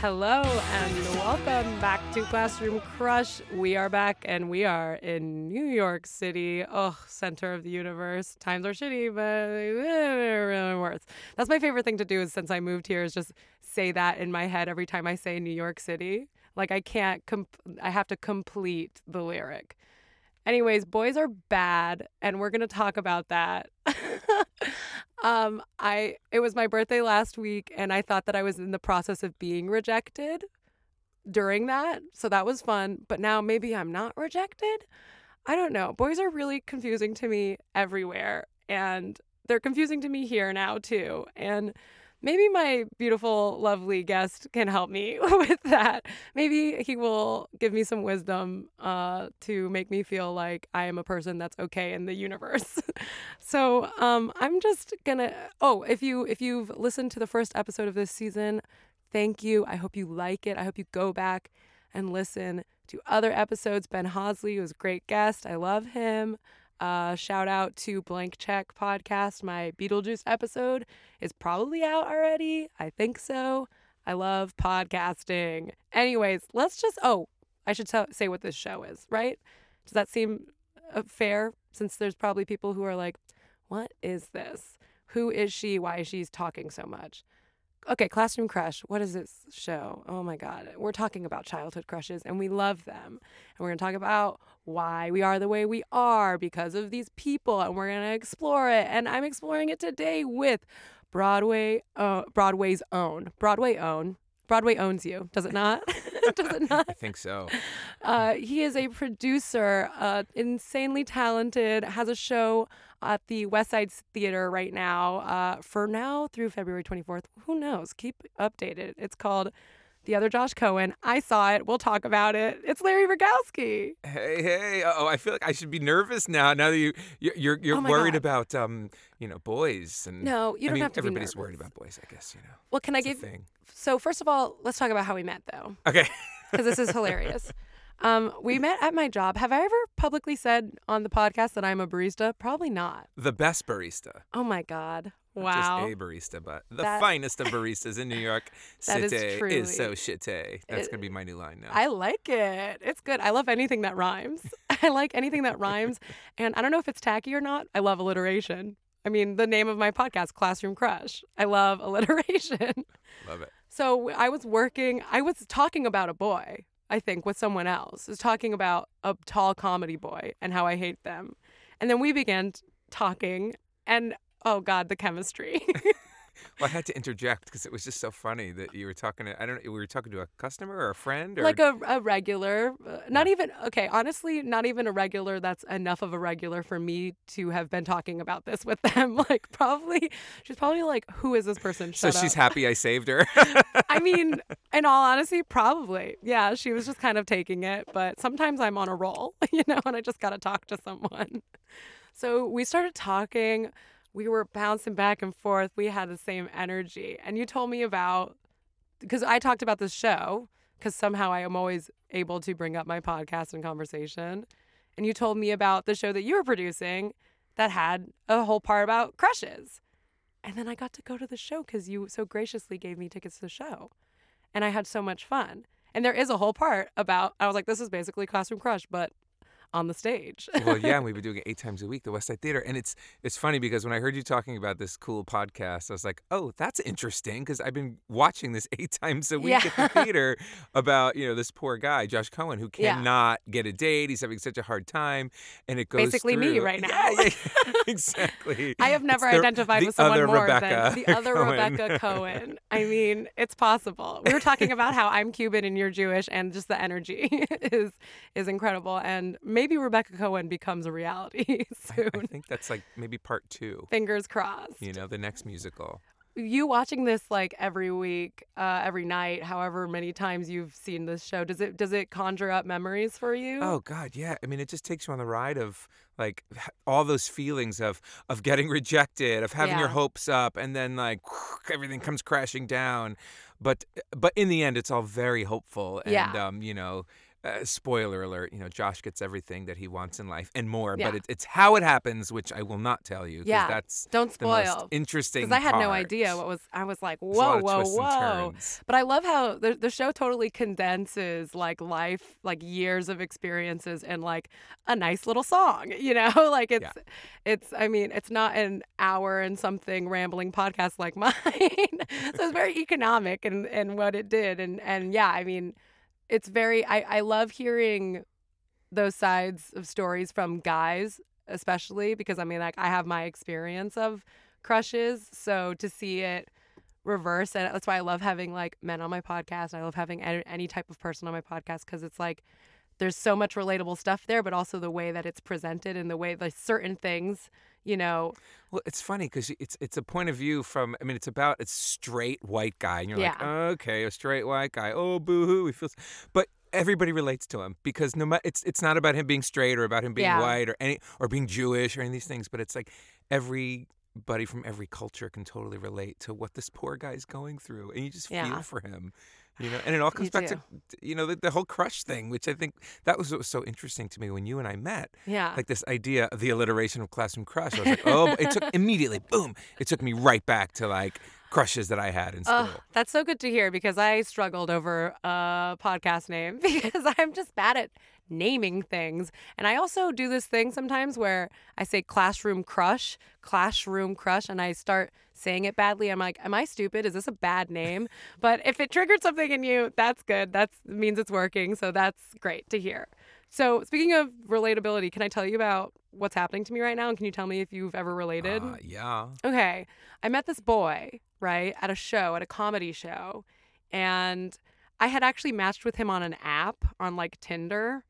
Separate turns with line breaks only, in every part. Hello and welcome back to Classroom Crush. We are back and we are in New York City. Oh, center of the universe. Times are shitty, but they're really worth. That's my favorite thing to do is since I moved here is just say that in my head every time I say New York City. Like I can't comp- I have to complete the lyric. Anyways, boys are bad, and we're gonna talk about that. um, I it was my birthday last week, and I thought that I was in the process of being rejected during that, so that was fun. But now maybe I'm not rejected. I don't know. Boys are really confusing to me everywhere, and they're confusing to me here now too. And maybe my beautiful, lovely guest can help me with that. Maybe he will give me some wisdom uh, to make me feel like I am a person that's okay in the universe. so um, I'm just gonna. Oh, if you if you've listened to the first episode of this season, thank you. I hope you like it. I hope you go back and listen to other episodes. Ben Hosley was a great guest. I love him. Uh, shout out to Blank Check Podcast. My Beetlejuice episode is probably out already. I think so. I love podcasting. Anyways, let's just. Oh, I should tell, say what this show is, right? Does that seem uh, fair? Since there's probably people who are like, what is this? Who is she? Why is she talking so much? okay, Classroom Crush, what is this show? Oh my God. We're talking about childhood crushes and we love them. And we're going to talk about why we are the way we are because of these people and we're going to explore it. And I'm exploring it today with Broadway, uh, Broadway's own. Broadway own. Broadway owns you, does it not? does it not?
I think so.
Uh, he is a producer, uh, insanely talented, has a show at the West Side Theater right now, uh, for now through February 24th. Who knows? Keep updated. It's called The Other Josh Cohen. I saw it. We'll talk about it. It's Larry Rogowski.
Hey, hey. Oh, I feel like I should be nervous now. Now that you you- you're you're
Oh my
worried
God.
about um you know boys and
No, you
I
don't
mean,
have to be
everybody's worried
nervous.
about boys. I guess you know.
Well, can I
It's a
give.
thing.
So, first of all, let's talk about how we met, though,
Okay.
because this is hilarious. Um, we met at my job. Have I ever publicly said on the podcast that I'm a barista? Probably not.
the best barista.
Oh my God.
Not
Wow.
Just a barista, but the
That-
finest of baristas in New York
That is
City
truly-
so shitty. That's gonna be my new line now.
I like it. It's good. I love anything that rhymes. I like anything that rhymes. And I don't know if it's tacky or not. I love alliteration. I mean, the name of my podcast, Classroom Crush. I love alliteration.
Love it.
So I was working, I was talking about a boy, I think, with someone else. I was talking about a tall comedy boy and how I hate them. And then we began t- talking, and oh God, the chemistry.
Well, I had to interject because it was just so funny that you were talking to. I don't. know, We were talking to a customer or a friend or
like a, a regular uh, not even okay honestly not even a regular that's enough of a regular for me to have been talking about this with them like probably she's probably like who is this person
so
Shut
she's
up.
happy I saved her.
i mean in all honesty probably yeah she was just kind of taking it but sometimes i'm on a roll you know and i just gotta talk to someone so we started talking we were bouncing back and forth we had the same energy and you told me about because I talked about this show because somehow I am always able to bring up my podcast in conversation. And you told me about the show that you were producing that had a whole part about crushes. And then I got to go to the show because you so graciously gave me tickets to the show. And I had so much fun. And there is a whole part about, I was like, this is basically Classroom Crush, but on the stage.
well, yeah, and we've been doing it eight times a week, the West Side Theater, and it's it's funny because when I heard you talking about this cool podcast, I was like, oh, that's interesting because I've been watching this eight times a week
Yeah.
at the theater about you know this poor guy Josh Cohen who
Yeah.
cannot get a date, he's having such a hard time, and it goes
Basically me
through-
right
Yeah,
now.
yeah, yeah, exactly.
I have
It's
never
the-
identified
the
with someone
other
more
Rebecca
than the other
Cohen.
Rebecca Cohen. I mean, it's possible. We were talking about how I'm Cuban and you're Jewish, and just the energy is is incredible. And maybe Rebecca Cohen becomes a reality
I,
soon.
I think that's like maybe part two.
Fingers crossed.
You know, the next musical.
You watching this like every week, uh, every night, however many times you've seen this show, does it does it conjure up memories for you?
Oh God, yeah. I mean, it just takes you on the ride of like h- all those feelings of of getting rejected, of having your
Yeah.
hopes up, and then like everything comes eh, crashing down. But but in the end, it's all very hopeful, and
Yeah.
um, you know, uh, spoiler alert, you know, Josh gets everything that he wants in life and more,
Yeah.
but it, it's how it happens, which I will not tell you. 'cause
Yeah.
That's
Don't
the most
spoil.
interesting.
Because I had no
part.
idea what was. I was like,
There's a
whoa,
lot of
whoa,
twists and
whoa.
turns.
But I love how the the show totally condenses like life, like years of experiences, and like a nice little song. You know, like it's, it's. I mean, it's not an hour and something rambling podcast like mine. so it's very economic and and what it did, and and yeah, I mean, it's very. I I love hearing those sides of stories from guys, especially because I mean, like I have my experience of crushes, so to see it reverse and that's why i love having like men on my podcast i love having a- any type of person on my podcast because it's like there's so much relatable stuff there but also the way that it's presented and the way like certain things you know
Well, it's funny because it's it's a point of view from. I mean, it's about a straight white guy, and you're like,
Yeah.
okay, a straight white guy. Oh, boo hoo, he feels. But everybody relates to him because no matter it's it's not about him being straight or about him being
Yeah.
white or any or being Jewish or any of these things. But it's like everybody from every culture can totally relate to what this poor guy's going through, and you just
Yeah.
feel for him. You know, and it all comes
You
back to you know the, the whole crush thing, which I think that was what was so interesting to me when you and I met
yeah
like this idea of the alliteration of classroom crush. I was like, oh, it took immediately, boom, it took me right back to like crushes that I had in school.
Ugh, that's so good to hear because I struggled over a podcast name because I'm just bad at naming things. And I also do this thing sometimes where I say classroom crush, classroom crush, and I start saying it badly. I'm like, am I stupid? Is this a bad name? but if it triggered something in you, that's good. That means it's working. So that's great to hear. So speaking of relatability, can I tell you about what's happening to me right now? And can you tell me if you've ever related?
Uh, yeah.
Okay. I met this boy, right, at a show, at a comedy show. And I had actually matched with him on an app on like Tinder.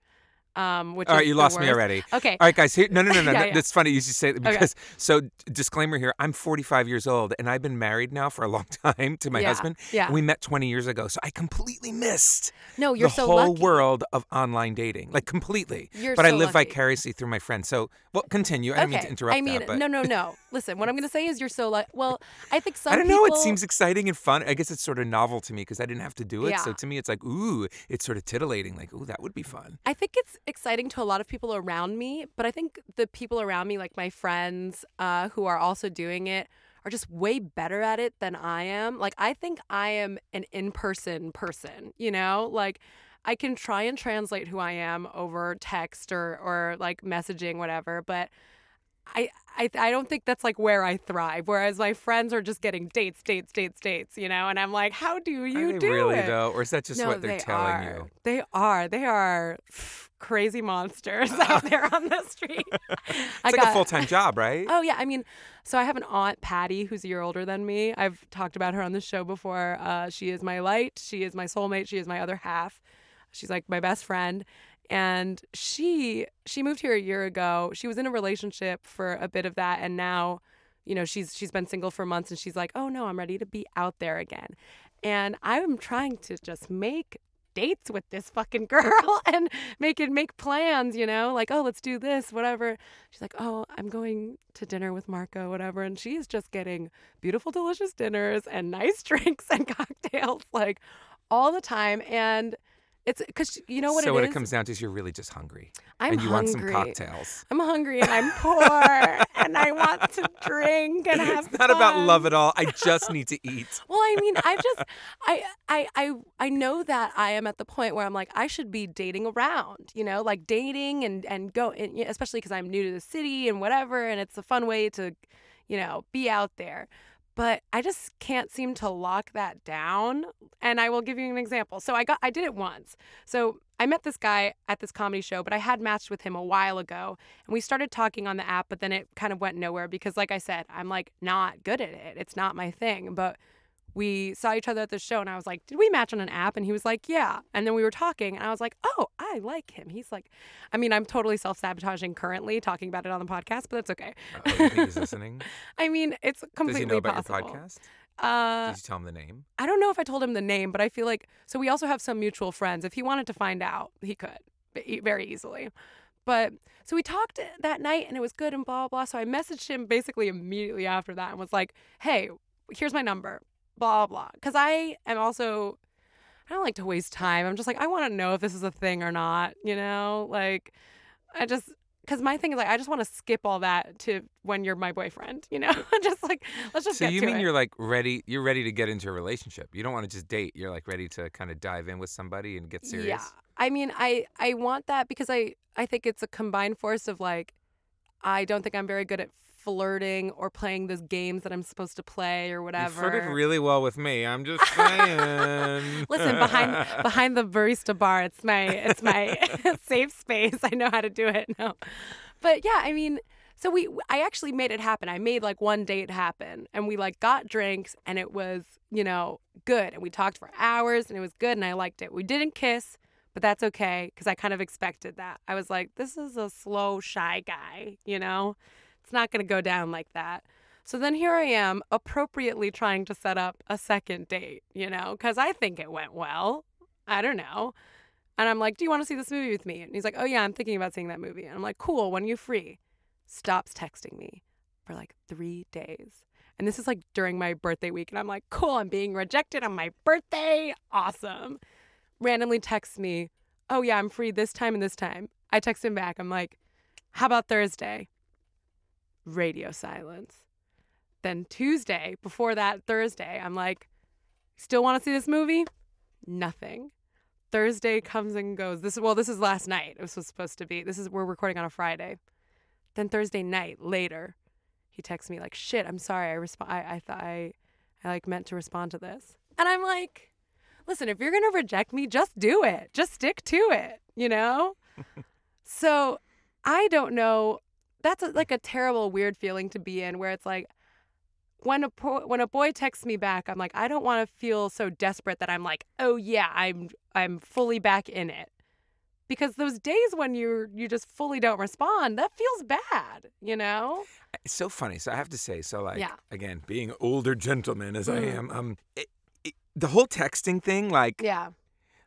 Um, which
All
is
right, you
the
lost me
worst.
already.
Okay.
All right, guys. Here, no, no, no, no.
Yeah,
no,
yeah.
That's funny. You should say that because. So, d- disclaimer here: I'm 45 years old, and I've been married now for a long time to my
Yeah,
husband.
yeah.
And we met 20 years ago, so I completely missed
No, Oh, you're
the
so
whole
lucky.
world of online dating, like completely.
You're
but I
so
live
lucky.
vicariously through my friends. So, well, continue. I didn't mean to interrupt.
I mean,
that, but-
no, no, no. Listen, what I'm going to say is you're so lucky. Well, I think some
I don't know.
people
It seems exciting and fun. I guess it's sort of novel to me because I didn't have to do it. So
Yeah.
to me, it's like, ooh, it's sort of titillating. Like, ooh, that would be fun.
I think it's exciting to a lot of people around me, but I think the people around me, like my friends uh, who are also doing it, are just way better at it than I am. Like, I think I am an in person person, you know? Like, I can try and translate who I am over text or, or like messaging, whatever, but I, I I don't think that's like where I thrive. Whereas my friends are just getting dates, dates, dates, dates, you know, and I'm like, how do
Are
you
they
do
really
it?
though, or is that just what they're
they
telling
are.
you?
They are. They are crazy monsters out there on the street. I
It's like a full time job, right?
Oh yeah, I mean, so I have an aunt Patty who's a year older than me. I've talked about her on the show before. Uh, she is my light. She is my soulmate. She is my other half. She's like my best friend, and she she moved here a year ago. She was in a relationship for a bit of that, and now, you know, she's she's been single for months, and she's like, oh no, I'm ready to be out there again, and I'm trying to just make dates with this fucking girl and make it make plans, you know, like, oh, let's do this, whatever. She's like, oh, I'm going to dinner with Marco, whatever. And she's just getting beautiful, delicious dinners and nice drinks and cocktails like all the time. And it's because you know what
so
it
what
is?
it comes down to is you're really just hungry,
I'm
and you
hungry.
want some cocktails.
I'm hungry and I'm poor and I want to drink and have
It's not about
fun.
love at all. I just need to eat.
Well, I mean, I just, I, I, I, I know that I am at the point where I'm like, I should be dating around, you know, like dating and and go, and, you know, especially because I'm new to the city and whatever, and it's a fun way to, you know, be out there. But I just can't seem to lock that down. And I will give you an example. So I got, I did it once. So I met this guy at this comedy show, but I had matched with him a while ago, and we started talking on the app, but then it kind of went nowhere because, like I said, I'm like not good at it. It's not my thing. But we saw each other at the show and I was like, Did we match on an app? And he was like, Yeah. And then we were talking and I was like, Oh, I like him. He's like, I mean, I'm totally self sabotaging currently talking about it on the podcast, but that's okay.
Uh-oh, Oh, you think he's listening?
I mean, it's
Does
completely
he know about
possible.
your podcast?
Uh,
Did you tell him the name?
I don't know if I told him the name, but I feel like so we also have some mutual friends. If he wanted to find out, he could ve- very easily. But so we talked eh, that night and it was good and blah, blah. So I messaged him basically immediately after that and was like, hey, here's my number, blah, blah. Because I am also, I don't like to waste time. I'm just like, I want to know if this is a thing or not, you know? Like, I just, because my thing is like, I just want to skip all that to when you're my boyfriend, you know? just like, let's just
So
get
you
to
mean
it.
you're like ready? You're ready to get into a relationship. You don't want to just date. You're like ready to kind of dive in with somebody and get serious.
Yeah. I mean, I I want that because I I think it's a combined force of like I don't think I'm very good at flirting or playing those games that I'm supposed to play or
You
whatever.
flirted really well with me. I'm just saying.
Listen, behind behind the barista bar, it's my it's my safe space. I know how to do it. No. But yeah, I mean, so we I actually made it happen. I made like one date happen and we like got drinks and it was, you know, good and we talked for hours and it was good and I liked it. We didn't kiss, but that's okay cuz I kind of expected that. I was like, this is a slow shy guy, you know? It's not going to go down like that. So then here I am, appropriately trying to set up a second date, you know, because I think it went well. I don't know. And I'm like, Do you want to see this movie with me? And he's like, Oh, yeah, I'm thinking about seeing that movie. And I'm like, Cool, when are you free? Stops texting me for like three days. And this is like during my birthday week. And I'm like, Cool, I'm being rejected on my birthday. Awesome. Randomly texts me, Oh, yeah, I'm free this time and this time. I text him back. I'm like, How about Thursday? Radio silence then Tuesday, before that Thursday, I'm like, still want to see this movie? Nothing. Thursday comes and goes. This well, this is last night. This was supposed to be. This is we're recording on a Friday. Then Thursday night later, he texts me like, "Shit, I'm sorry. I respond. I, I thought I, I like meant to respond to this." And I'm like, "Listen, if you're gonna reject me, just do it. Just stick to it. You know." so, I don't know. That's a, like a terrible, weird feeling to be in, where it's like, when a po- when a boy texts me back, I'm like, I don't want to feel so desperate that I'm like, oh yeah, I'm I'm fully back in it, because those days when you you just fully don't respond, that feels bad, you know.
It's so funny. So I have to say, so like
Yeah.
again, being older gentleman as I
Mm.
am, um, it, it, the whole texting thing, like
Yeah.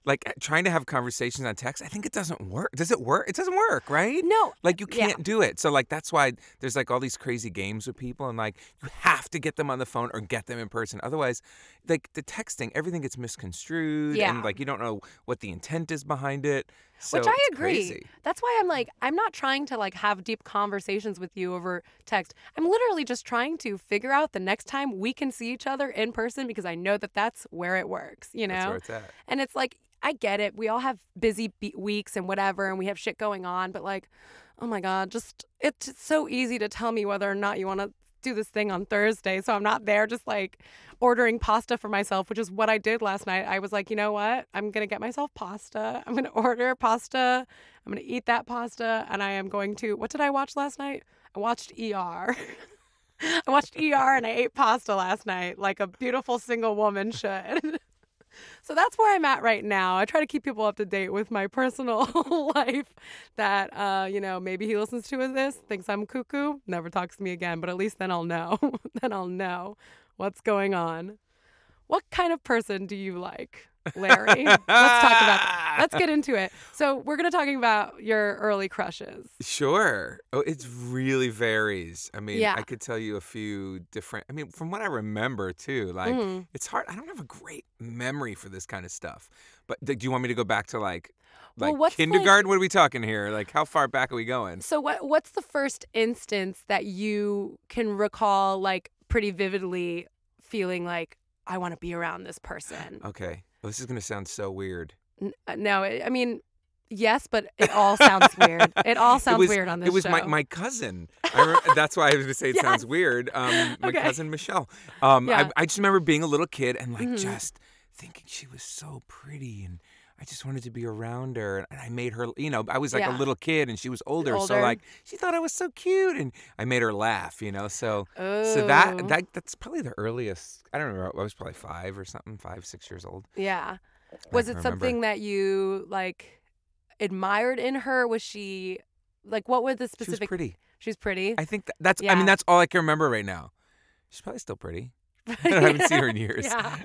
like uh, trying to have conversations on text, I think it doesn't work. Does it work? It doesn't work, right?
No.
Like you
Yeah.
can't do it. So like that's why there's like all these crazy games with people, and like you have to get them on the phone or get them in person. Otherwise, like the texting, everything gets misconstrued,
Yeah.
and like you don't know what the intent is behind it. So
Which I
it's
agree.
crazy.
That's why I'm like, I'm not trying to like have deep conversations with you over text. I'm literally just trying to figure out the next time we can see each other in person because I know that that's where it works. You know.
That's where it's at.
And it's like, I get it. We all have busy be- weeks and whatever, and we have shit going on. But like, oh my God, just it's just so easy to tell me whether or not you want to do this thing on Thursday. So I'm not there just like ordering pasta for myself, which is what I did last night. I was like, you know what? I'm going to get myself pasta. I'm going to order pasta. I'm going to eat that pasta. And I am going to, what did I watch last night? I watched ER. I watched ER and I ate pasta last night like a beautiful single woman should. So that's where I'm at right now. I try to keep people up to date with my personal life that, uh, you know, maybe he listens to this, thinks I'm cuckoo, never talks to me again, but at least then I'll know. then I'll know what's going on. What kind of person do you like, Larry? Let's talk about
Ah!
Let's get into it. So we're going to talking about your early crushes.
Sure. Oh, it really varies. I mean,
Yeah.
I could tell you a few different. I mean, from what I remember too, like
Mhm.
it's hard. I don't have a great memory for this kind of stuff. But th- do you want me to go back to like,
Well,
like
what's, like-
kindergarten? what are we talking here? Like, how far back are we going?
So what what's the first instance that you can recall like pretty vividly feeling like I want to be around this person?
Okay. Oh, this is gonna sound so weird.
N- uh, No, it, I mean, yes, but it all sounds weird. It all sounds
was-
weird on this
it was my,
show.
my cousin. I re- that's why I was going to say it
Yes.
sounds weird. Um, my
Okay.
cousin Michelle. Um,
Yeah.
I, I just remember being a little kid and like
Mhm.
just thinking she was so pretty and I just wanted to be around her. And I made her, you know, I was like
Yeah.
a little kid and she was older, So
Older.
like she thought I was so cute and I made her laugh, you know. So so
Oh.
that, that that's probably the earliest. I don't remember. I was probably five or something, five, six years old.
Yeah. Was it
remember.
something that you like admired in her? Was she like what were the
She was
specific
pretty.
She's pretty.
I think that, that's, I
Yeah.
mean, that's all I can remember right now. She's probably still pretty. I haven't seen her in years.
Yeah.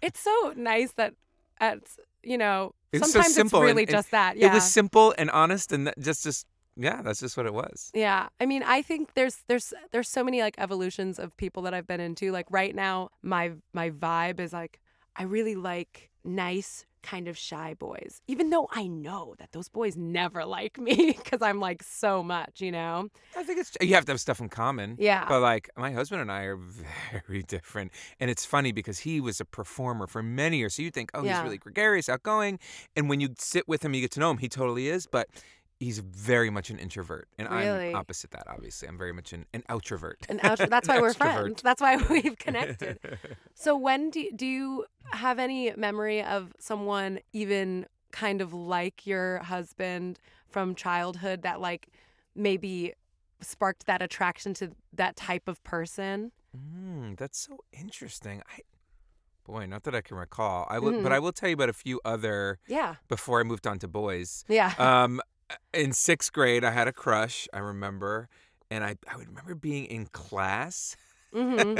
it's so nice that at you know
It's so
sometimes
simple
it's
and-
really
and
just that. Yeah.
It was simple and honest and that just just yeah, that's just what it was.
Yeah. I mean, I think there's there's there's so many like evolutions of people that I've been into. Like right now, my my vibe is like I really like nice kind of shy boys even though i know that those boys never like me because i'm like so much you know
I think it's you have to have stuff in common.
Yeah.
But like my husband and I are very different, and it's funny because he was a performer for many years. So you think, oh,
Yeah.
he's really gregarious, outgoing, and when you sit with him, you get to know him. He totally is, but he's very much an introvert, and
Really?
I'm opposite that. Obviously, I'm very much an, an outrovert.
and out- that's why we're
Extrovert.
friends that's why we've connected so when do you, do you have any memory of someone even kind of like your husband from childhood that like maybe sparked that attraction to that type of person
Mm, that's so interesting. I, boy, not that I can recall. I will,
Mm-hmm.
but I will tell you about a few other
yeah
before I moved on to boys.
yeah
um, in sixth grade, I had a crush. I remember, and I, I would remember being in class.
hmm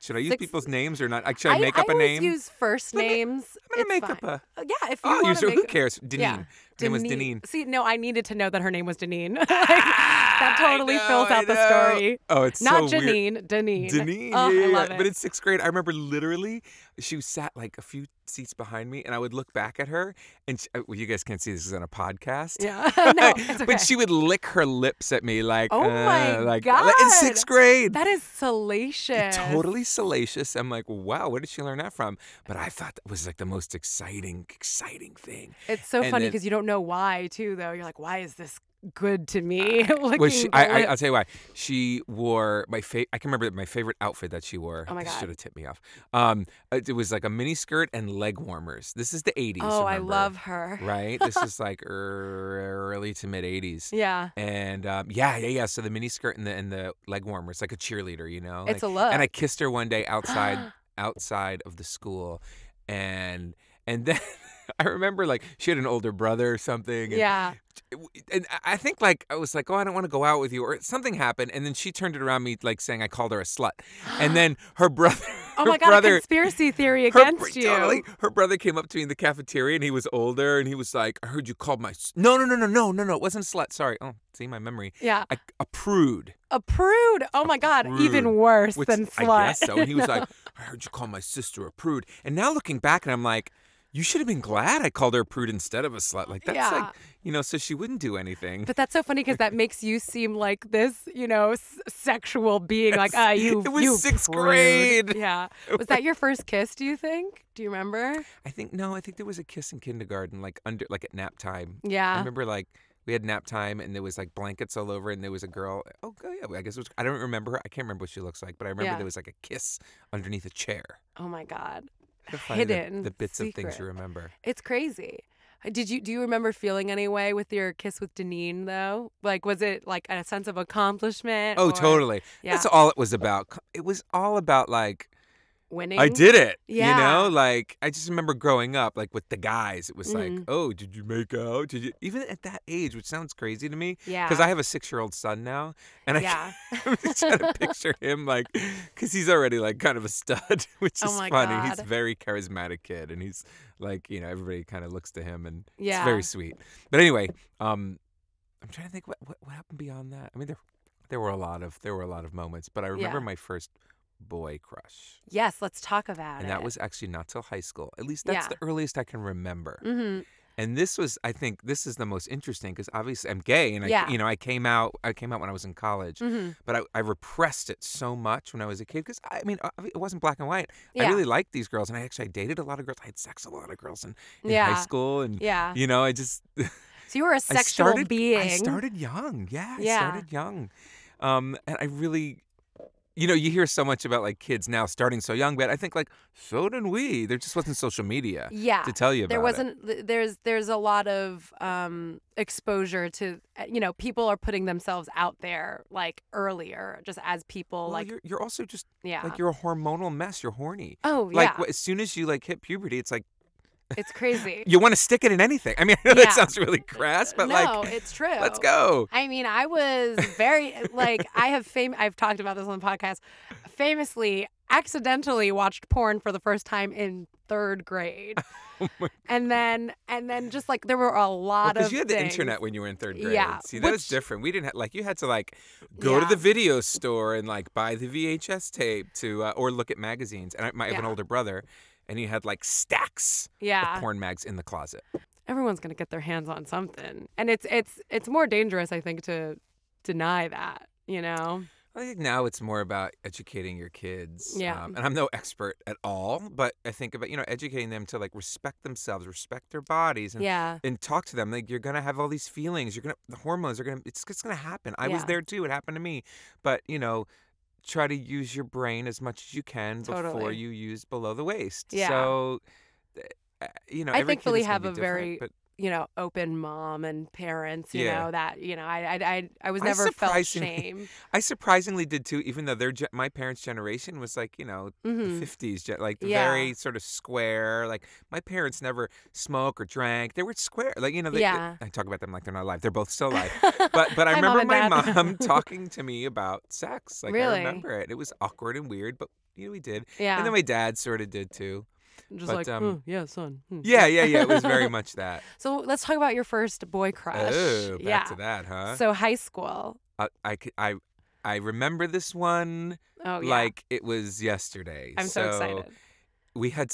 Should I use
Sixth-
people's names or not? Like, should I, make up a
always
name?
use first
Let me-
names.
I'm gonna
It's
make
fine.
up a.
Uh, Yeah, if you
Oh,
want
user,
to
who
make
cares? Deneen.
Yeah.
Her name was
Deneen-
Deneen. Ah,
See, no, I needed to know that her name was Deneen. Like, that totally fills out the story.
Oh, it's
Not
so weird.
Janine, Deneen.
Deneen,
Oh,
yeah, yeah,
I love
yeah.
it.
But in sixth grade, I remember literally she sat like a few seats behind me, and I would look back at her, and she, uh, well, you guys can't see this is on a podcast.
yeah, no, it's okay.
but she would lick her lips at me like,
Oh
uh,
my
like, like in
God.
sixth grade.
that is salacious.
Totally salacious. I'm like, wow, where did she learn that from? But I thought that was like the most exciting, exciting thing.
It's so
And
funny
then-
because you don't know why too, though. You're like, why is this good to me? Looking
Well, she,
at
I, I,
it.
I'll tell you why. She wore my favorite. I can remember my favorite outfit that she wore.
Oh my
this
God.
should have tipped me off. Um, it it was like a mini skirt and leg warmers. This is the '80s.
oh, I
remember,
love her.
Right. This is like early to mid '80s.
Yeah,
And um, yeah, yeah, yeah. So the mini skirt and the and the leg warmers, like a cheerleader, you know.
it's
Like-
a look.
And I kissed her one day outside outside of the school, and and then I remember like she had an older brother or something. And
yeah,
and I- I think like I was like, oh, I don't want to go out with you, or something happened, and then she turned it around me like saying I called her a slut, and then her brother,
Oh
her
my god,
brother,
a conspiracy theory
her, br-
against you.
totally, her brother came up to me in the cafeteria, and he was older, and he was like, I heard you called my s- no, no, no, no, no, no, no, it wasn't a slut. Sorry, oh, see my memory,
Yeah.
I, a prude,
A prude. Oh my god, even
prude,
worse
which
than slut.
I guess so, and he was like, I heard you call my sister a prude, and now looking back, and I'm like. You should have been glad I called her a prude instead of a slut. Like that's
Yeah.
like you know, so she wouldn't do anything.
but that's so funny because that makes you seem like this, you know, s- sexual being. Like, ah, you.
It was
you
sixth
prude.
grade.
Yeah. Was that your first kiss? Do you think? Do you remember?
I think no, I think there was a kiss in kindergarten, like under like at nap time. I
Yeah.
remember like we had nap time and there was like blankets all over and there was a girl. Oh go- yeah, I guess it was. I don't remember her. I can't remember what she looks like, but I remember
Yeah.
there was like a kiss underneath a chair.
Oh my god.
They're finding the-
Hidden
the, bits of things you
secret.
remember.
It's crazy. Uh, Did you do you remember feeling any way with your kiss with Deneen though? Like, was it like a sense of accomplishment?
Oh,
or
totally. That's
yeah.
all it was about. Co- It was all about like
Winning.
I did it.
Yeah.
You know, like I just remember growing up, like with the guys, it was like,
Mhm.
oh, did you make out? Did you even at that age, which sounds crazy to me,
Yeah.
because I have a six-year-old son now, and I
Yeah.
I'm just trying to picture him like, because he's already like kind of a stud, which
Oh
is
my
funny. He's a
God.
very charismatic kid, and he's like, you know, everybody kind of looks to him, and it's
Yeah.
very sweet. But anyway, um, I'm trying to think what, what what happened beyond that. I mean, there there were a lot of there were a lot of moments, but I remember
Yeah.
my first boy crush,
Yes. Let's talk about it.
and that was actually not till high school. At least that's
Yeah.
the earliest I can remember.
Mm-hmm.
And this was, I think, this is the most interesting because obviously I'm gay, and I,
Yeah.
you know, I came out, I came out when I was in college
Mm-hmm.
but I, I repressed it so much when I was a kid because I mean uh, it wasn't black and white.
Yeah.
I really liked these girls, and I actually I dated a lot of girls. I had sex with a lot of girls in, in
Yeah.
high school, and
Yeah.
you know I just
So you were a
I
sexual
started
being.
I started young, yeah, I
Yeah.
started young, um, and I really. You know, you hear so much about like kids now starting so young, but I think like so did we. There just wasn't social media
yeah.
to tell you about
There
it.
wasn't th- there's there's a lot of um exposure to uh, you know people are putting themselves out there like earlier just as people
Well,
like
you're, you're also just
yeah.
like you're a hormonal mess. You're horny.
oh
Like
yeah.
wh- as soon as you like hit puberty, it's like
it's crazy.
you want to stick it in anything. I mean, I know that
Yeah.
sounds really crass, but
no,
like,
it's true.
let's go.
I mean, I was very like I have fame. I've talked about this on the podcast. Famously, accidentally watched porn for the first time in third grade,
Oh
and then and then just like there were a lot
Because
of
you had the
things.
internet when you were in third grade.
Yeah,
See, that was
which-
different. We didn't have, like, you had to, like, go to
Yeah.
the video store and, like, buy the VHS tape to, uh, or look at magazines. And I, might have an
Yeah.
older brother. and you had like stacks
Yeah.
of porn mags in the closet.
Everyone's gonna get their hands on something, and it's it's it's more dangerous, I think, to deny that. You know.
I think now it's more about educating your kids. um,
Yeah.
and I'm no expert at all, but I think about, you know, educating them to like respect themselves, respect their bodies, and
Yeah.
and talk to them. Like you're gonna have all these feelings. You're gonna the hormones are gonna it's it's gonna happen. I was
Yeah.
there too. It happened to me. But you know, try to use your brain as much as you can before
Totally.
you use below the waist.
Yeah.
So th- uh, you know,
I
every kid
thankfully
is gonna
have
be
a
different,
very
but
You know, open mom and parents. You
Yeah.
know that. You know, I I I, I was
I
never felt
surprisingly-
shame.
I surprisingly did too. Even though their gen- my parents' generation was like you know
Mhm.
the 50s gen- like
Yeah.
very sort of square like my parents never smoked or drank they were square like you know they, eh,
Yeah.
i talk about them like they're not alive they're both still alive but but i
Hi, Mom
remember
and
my
Dad.
mom talking to me about sex like
Really?
i remember it it was awkward and weird but you know we did
yeah.
and then my dad sort of did too
Just
but,
like,
um,
"Oh, yeah, son. hmm."
yeah yeah yeah it was very much that
So let's talk about your first boy crush.
oh back
yeah.
to that huh
So high school.
I I, c- I I remember this one
Oh yeah.
like it was yesterday
I'm so, excited.
we had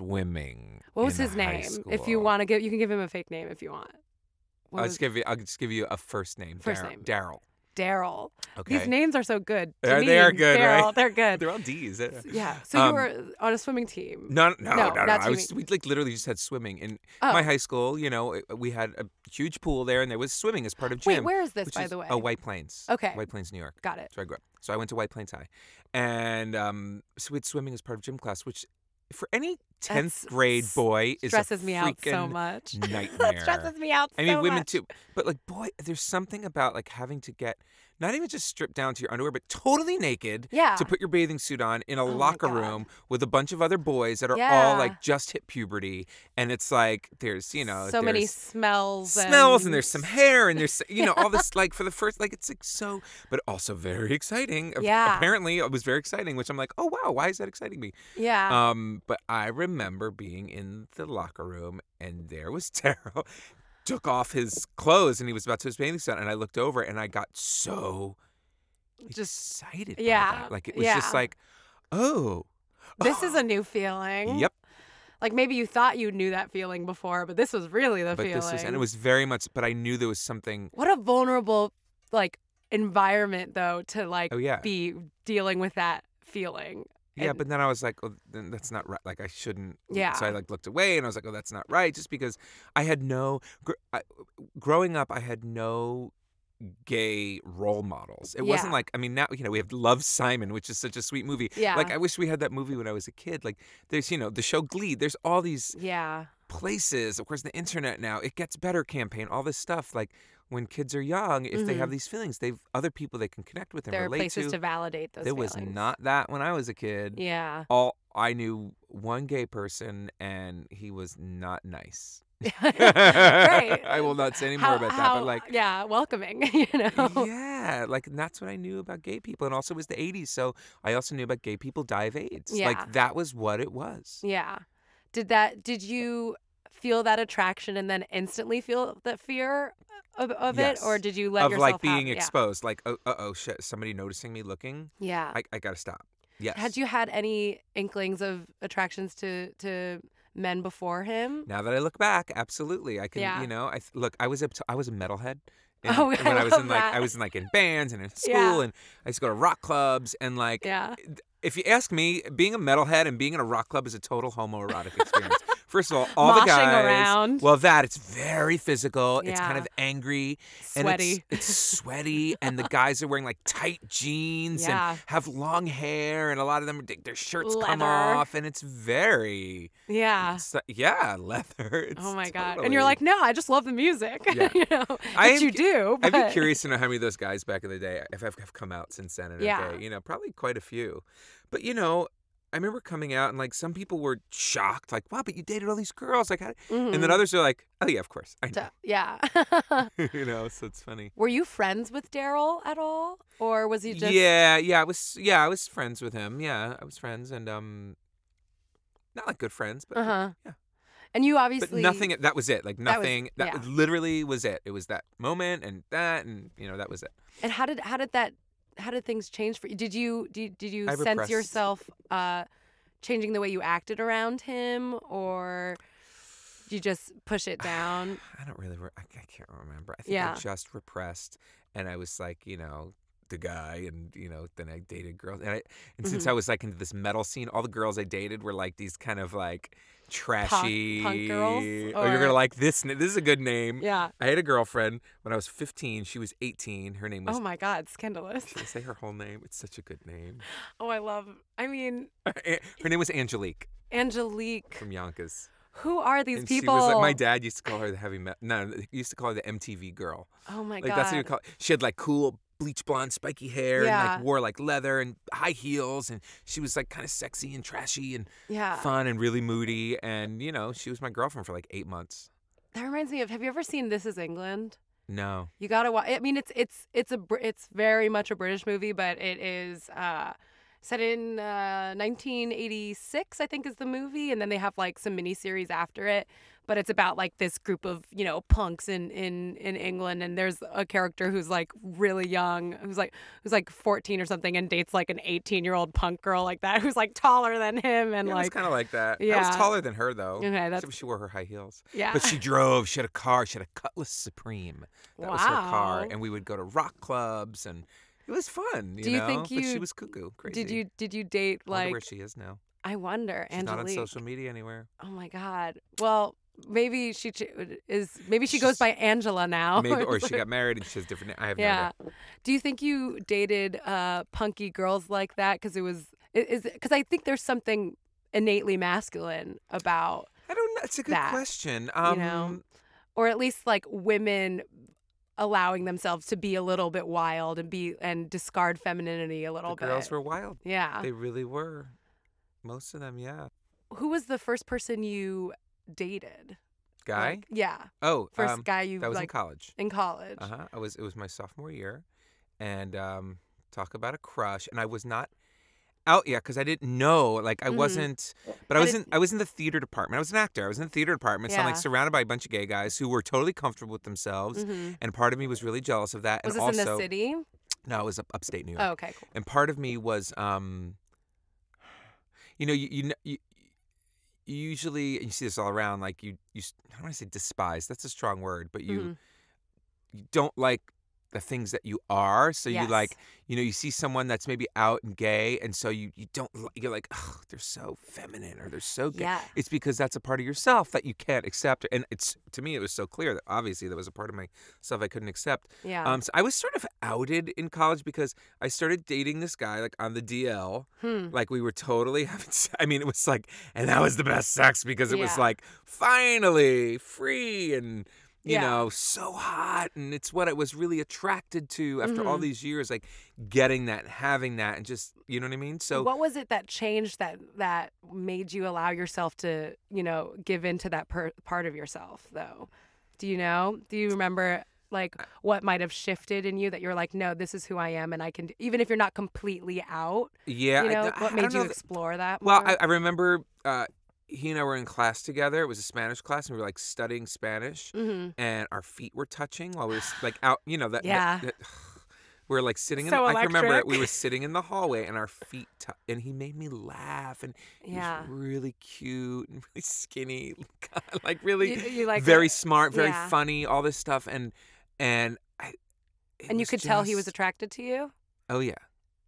swimming.
What was
in
his
high
name? If you
school.
want to give, you can give him a fake name if you want. What
I'll
was
just give you. I'll just give you a first name.
First
Dar-
name.
Daryl.
Daryl?
Okay.
These names are so good. to
They're-
me,
they are good,
Daryl,
right?
They're good.
They're all D's. eh?
yeah. So you
Um,
were on a swimming team.
No, no,
No,
no, no.
that's
I
what
was.
you
We like literally just had swimming in
oh,
my high school. You know, it- we had a huge pool there, and there was swimming as part of
wait,
gym.
where is this,
which
by
is-
the way?
Oh, White Plains.
Okay.
White Plains, New York.
Got it.
So I grew up. So I went to White Plains High, and um, so we had swimming as part of gym class, which for any tenth
That's-
grade boy is a
stresses me out so
freaking
much. that
nightmare.
stresses me out
I mean,
so
women
much.
too. But like, boy, there's something about like having to get not even just stripped down to your underwear, but totally naked
Yeah.
to put your bathing suit on in
Ah.
a
Oh my
locker
God.
room with a bunch of other boys that are all
Yeah.
like just hit puberty, and it's like there's you know
so many
there's
smells.
smells and there's some hair and there's you know all this like for the first like it's like so but also very exciting Ap-
Yeah.
apparently it was very exciting which i'm like oh wow why is that exciting me
Yeah.
um, but I remember being in the locker room and there was Daryl took off his clothes and he was about to put his bathing suit on and I looked over and I got so
Just-
excited. by
yeah,
that. Like it was
yeah.
just like, oh.
This is a new feeling.
Yep.
Like maybe you thought you knew that feeling before, but this was really the
But
feeling.
this was and it was very much but I knew there was something
what a vulnerable like environment though to like
oh yeah.
be dealing with that feeling.
Yeah,
and-
but then I was like, oh, then that's not right. Like I shouldn't.
Yeah.
So I like looked away and I was like, oh, that's not right. Just because I had no, gr- I, growing up, I had no gay role models. It
Yeah.
wasn't like I mean now you know we have Love Simon, which is such a sweet movie.
Yeah.
Like I wish we had that movie when I was a kid. Like there's you know the show Glee. There's all these
yeah.
places. Of course, the internet now. It gets better campaign. All this stuff. Like when kids are young, if they have these feelings, they've other people they can connect with and
Mm-hmm. There are
relate
places to,
to.
validate those
There
feelings.
was not that when I was a kid
Yeah.
all I knew one gay person and he was not nice.
Great.
I will not say any more
How-
about that,
how-
but like
Yeah, welcoming, you know.
yeah, like and that's what I knew about gay people and also it was the 80s, so I also knew about gay people die of AIDS.
Yeah.
Like that was what it was.
Yeah. Did that did you feel that attraction and then instantly feel that fear uh, of, of it or
Yes.
did you let
of
yourself
like being
have,
exposed, like oh, uh-oh, shit, somebody noticing me looking.
Yeah. yeah.
I, I gotta stop. Yes.
Uh Had you had any inklings of attractions to to men before him?
Now that I look back, absolutely, I can.
Yeah.
You know, I th- look. I was a, I was a metalhead. in-
Oh,
when
I
was
love
in like
that.
I was in like in bands and in school
Yeah.
and I used to go to rock clubs and like
Yeah.
if you ask me, being a metalhead and being in a rock club is a total homoerotic experience. First of all, all
Moshing
the guys.
around.
Well, that it's very physical. It's kind
Yeah.
of angry, and it's-
Sweaty.
It's, sweaty, and the guys are wearing like tight jeans
Yeah.
and have long hair, and a lot of them their shirts come
Leather.
off, and it's very
Yeah.
it's, uh, yeah, leather. It's
Oh my god. And you're like,
totally-
"No, I just love the music."
Yeah.
you know.
I
Which
am
you
cu-
do. But...
I'd be curious to know how many of those guys back in the day if I've have come out since then. And
Yeah.
okay, you know, probably quite a few. But you know, I remember coming out and like some people were shocked, like, "Wow, but you dated all these girls!" Like, how did-" and then
Mhm.
others are like, "Oh yeah, of course." I
So- yeah.
know. you know, so it's funny.
Were you friends with Daryl at all, or was he just?
yeah, yeah, I was yeah, I was friends with him. Yeah, I was friends and um, not like good friends, but
Uh huh.
yeah.
And you
but
obviously
nothing. That was it. Like
That was-
nothing. That,
yeah.
literally was it. It was that moment and that and you know that was it.
And how did how did that how did things change for you? Did you did, did you
I
sense
repressed.
yourself uh, changing the way you acted around him or you just push it down?
I don't really. Re- I, I can't remember. I think
Yeah.
I just repressed, and I was like, you know, the guy, and you know, then I dated girls, and I, and
Mm-hmm.
since I was like into this metal scene, all the girls I dated were like these kind of like trashy
punk girls,
Oh, you're
or-
gonna like this. n- This is a good name.
yeah.
I had a girlfriend when I was 15. She was 18. Her name was.
Oh my God, scandalous.
Should I say her whole name? It's such a good name.
Oh, I love. I mean,
Her name was Angelique
Angelique.
from Yonkers.
Who are these
Um, and
people?
she was like my dad used to call her the heavy metal. No, he used to call her the MTV girl.
oh my
like
God.
that's what you call. She had like cool bleach blonde spiky hair and
Yeah.
like wore like leather and high heels and she was like kind of sexy and trashy and
yeah.
fun and really moody and you know she was my girlfriend for like eight months.
That reminds me of. Have you ever seen This Is England?
No,
You gotta watch. I mean, it's it's it's a Br- it's very much a British movie, but it is uh, set in uh, 1986, I think, is the movie, and then they have like some miniseries after it. But it's about like this group of you know punks in in in England, and there's a character who's like really young, who's like who's like 14 or something, and dates like an 18 year old punk girl like that, who's like taller than him, and
yeah, it was
like
kind of like that. I
yeah.
was taller than her though.
Okay, that's- Uh.
Except she wore her high heels.
yeah,
But she drove. She had a car. She had a Cutlass Supreme. That was her car,
Wow.
and we would go to rock clubs, and it was fun. You
Do you
know?
think
But she
you-
was cuckoo, crazy.
did you did you date
I wonder
like
where she is now?
I wonder
She's
Angelique?
not on social media anywhere.
Oh my God. Well, maybe she ch- uh, is. Maybe she
She's-
goes by Angela now.
Maybe, or she got married and she has different. na- I have no idea.
Oh, Yeah. Do you think you dated uh, punky girls like that? Because it was i- is because I think there's something innately masculine about,
I don't know. It's a good
that,
question. Um,
know? or at least like women allowing themselves to be a little bit wild and be and discard femininity a
the
little bit.
girls were wild.
yeah.
They really were. Most of them, yeah.
Who was the first person you dated?
Guy.
Like, yeah.
oh,
First
um,
guy you
that was in
like
college.
in college.
Uh huh. I was. It was my sophomore year, and um, talk about a crush. And I was not out yet because I didn't know. Like I
Mhm.
wasn't. But
I
I was in.
didn't-
I was in the theater department. I was an actor. I was in the theater department. So I'm like
Yeah.
surrounded by a bunch of gay guys who were totally comfortable with themselves.
Mhm.
And part of me was really jealous of that.
Was
and
this
also,
in the city?
No, it was up, upstate New York.
Oh, okay, cool.
and part of me was um you know you you, kn- you you usually you see this all around like you you s- i don't want to say despise that's a strong word but you
Mhm.
you don't like the things that you are so
Yes.
you like you know you see someone that's maybe out and gay and so you you don't li- you're like oh they're so feminine or they're so gay
Yeah.
it's because that's a part of yourself that you can't accept and it's to me it was so clear that obviously there was a part of myself i couldn't accept
Yeah.
um, so I was sort of outed in college because I started dating this guy like on the DL.
hmm.
Like we were totally having. se- I mean, it was like, and that was the best sex because it was
Yeah.
like finally free and you
Yeah.
know so hot, and it's what I was really attracted to after all
Mhm.
these years, like getting that, having that, and just you know what I mean. So
what was it that changed that that made you allow yourself to, you know, give into that per- part of yourself though? Do you know? Do you remember like
Uh,
what might have shifted in you that you're like, no, this is who I am, and I can, do-" even if you're not completely out,
yeah,
you
I-
know,
I,
what
I
made
don't know
you
if-
explore that?
Well,
more?
I, I remember uh, he and I were in class together. It was a Spanish class, and we were like studying Spanish.
Mhm.
and our feet were touching while we were s- like out, you know, that. that-
Yeah.
that- we were like sitting in.
So
I can remember it.
electric.
We were sitting in the hallway, and our feet. tou and he made me laugh, and he
yeah.
was really cute and really skinny, like
You,
really
you like uh,
very smart, very
yeah.
funny, all this stuff, and and I. it
and you
was
could tell he was
just-
attracted to you.
Oh yeah,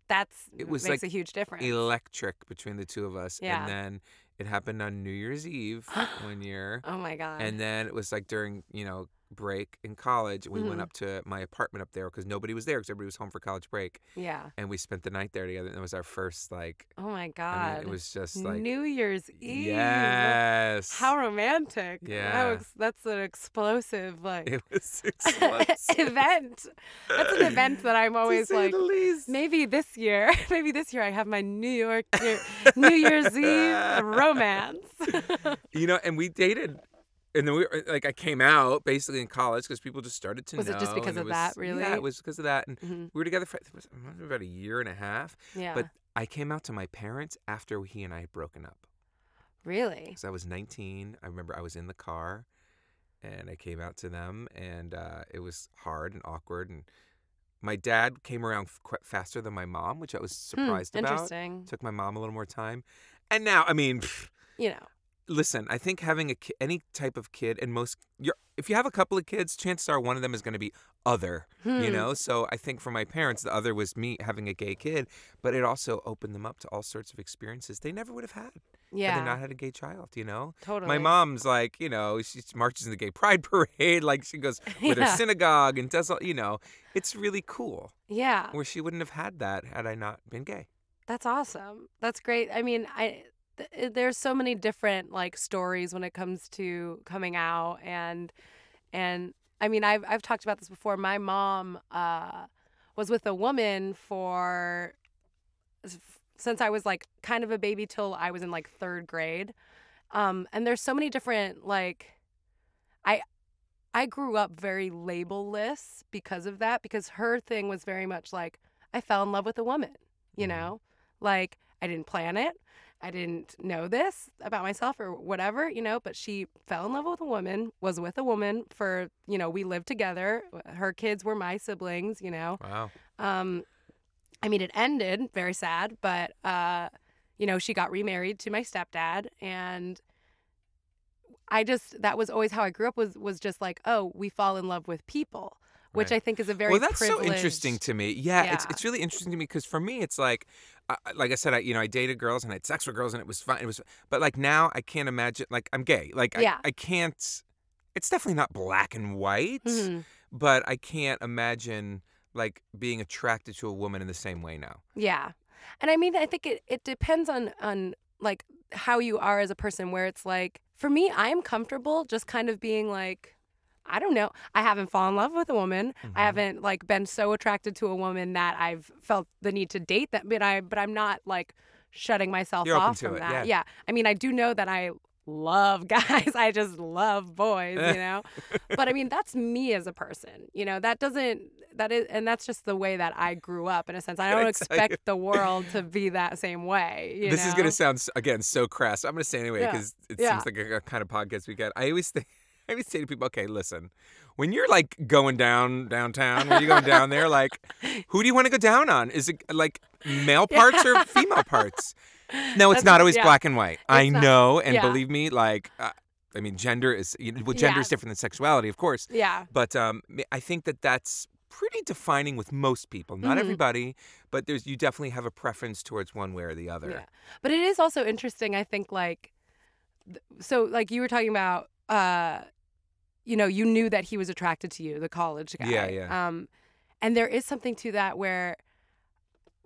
That's
It was
makes
like
a huge difference.
electric between the two of us,
Yeah.
and then it happened on New Year's Eve one year.
oh my god.
And then it was like during, you know, break in college, we went
Mhm.
up to my apartment up there because nobody was there because everybody was home for college break.
yeah.
And we spent the night there together. And it was our first, like,
Oh my god.
I mean, it was just like,
New Year's Eve.
yes.
How romantic. That
Yeah.
ex- that's an explosive like
it was explosive.
event. That's an event that I'm
to
always
say
like
the least.
maybe this year, maybe this year I have my New York New, New Year's Eve romance.
You know, and we dated. And then we were, like I came out basically in college because people just started to
Was
know.
it just because
and
of that,
was-
really?
Yeah, it was because of that. And
Mhm.
we were together for I think it was about a year and a half.
Yeah.
But I came out to my parents after he and I had broken up.
really?
because I was 19. I remember I was in the car and I came out to them, and uh, it was hard and awkward. And my dad came around f- quite faster than my mom, which I was
Hmm,
surprised about.
Interesting.
Took my mom a little more time. And now, I mean, pff,
You know,
listen, I think having a ki- any type of kid and most you're, if you have a couple of kids, chances are one of them is going to be other, you
Hmm.
know? So I think for my parents, the other was me having a gay kid, but it also opened them up to all sorts of experiences they never would have had had
yeah,
they not had a gay child, you know?
totally.
My mom's like, you know, she marches in the gay pride parade, like she goes with
Yeah.
her synagogue and does all, you know, it's really cool
Yeah,
where she wouldn't have had that had I not been gay.
that's awesome. That's great. I mean, I th- i- there's so many different like stories when it comes to coming out and and I mean, I've I've talked about this before. My mom uh, was with a woman for since I was like kind of a baby till I was in like third grade. Um, and there's so many different like I I grew up very labelless because of that, because her thing was very much like I fell in love with a woman, you
Mhm.
know? Like I didn't plan it. I didn't know this about myself or whatever, you know, but she fell in love with a woman, was with a woman for, you know, we lived together. Her kids were my siblings, you know.
Wow.
Um, I mean, it ended very sad, but uh, you know, she got remarried to my stepdad, and I just that was always how I grew up was was just like, oh, we fall in love with people, which
Right.
I think is a very
well, that's so interesting
privileged-
to me. Yeah, it's
Yeah.
it's really interesting to me because for me, it's like, I I- like I said, I you know I dated girls and I had sex with girls and it was fun. It was, but like now I can't imagine. Like I'm gay. Like I,
Yeah.
I can't. It's definitely not black and white,
Mhm.
but I can't imagine like being attracted to a woman in the same way now.
Yeah. And I mean, I think it, it depends on on like how you are as a person where it's like for me, I'm comfortable just kind of being like I don't know. I haven't fallen in love with a woman. I
Mhm.
haven't like been so attracted to a woman that I've felt the need to date them, but I but I'm not like shutting myself
You're open
off
to
from
it,
that.
yeah.
I mean, I do know that I love guys. I just love boys, you know. but I mean, that's me as a person. You know, that doesn't that is and that's just the way that I grew up in a sense. I
I
don't
tell you?
expect the world to be that same way, you
this is going
know?
to sound s- again so crass. I'm going to say anyway
Yeah.
because it
Yeah.
seems like a, a kind of podcast we get. I always think. I always say to people, okay, listen, when you're like going down downtown, when you're going down there, like, who do you want to go down on? Is it like male parts or female parts? No, it's
That's-
not always
yeah.
black and white. I
It's not-
know, and
yeah.
believe me, like, uh, I mean, gender is you know, well, gender
Yes.
is different than sexuality, of course,
Yeah.
but um, m- I think that that's pretty defining with most people. Not
Mhm.
everybody, but there's you definitely have a preference towards one way or the other.
Yeah. But it is also interesting, I think, like, th- so, like, you were talking about, uh, you know, you knew that he was attracted to you, the college guy.
Yeah, yeah.
Um, and there is something to that where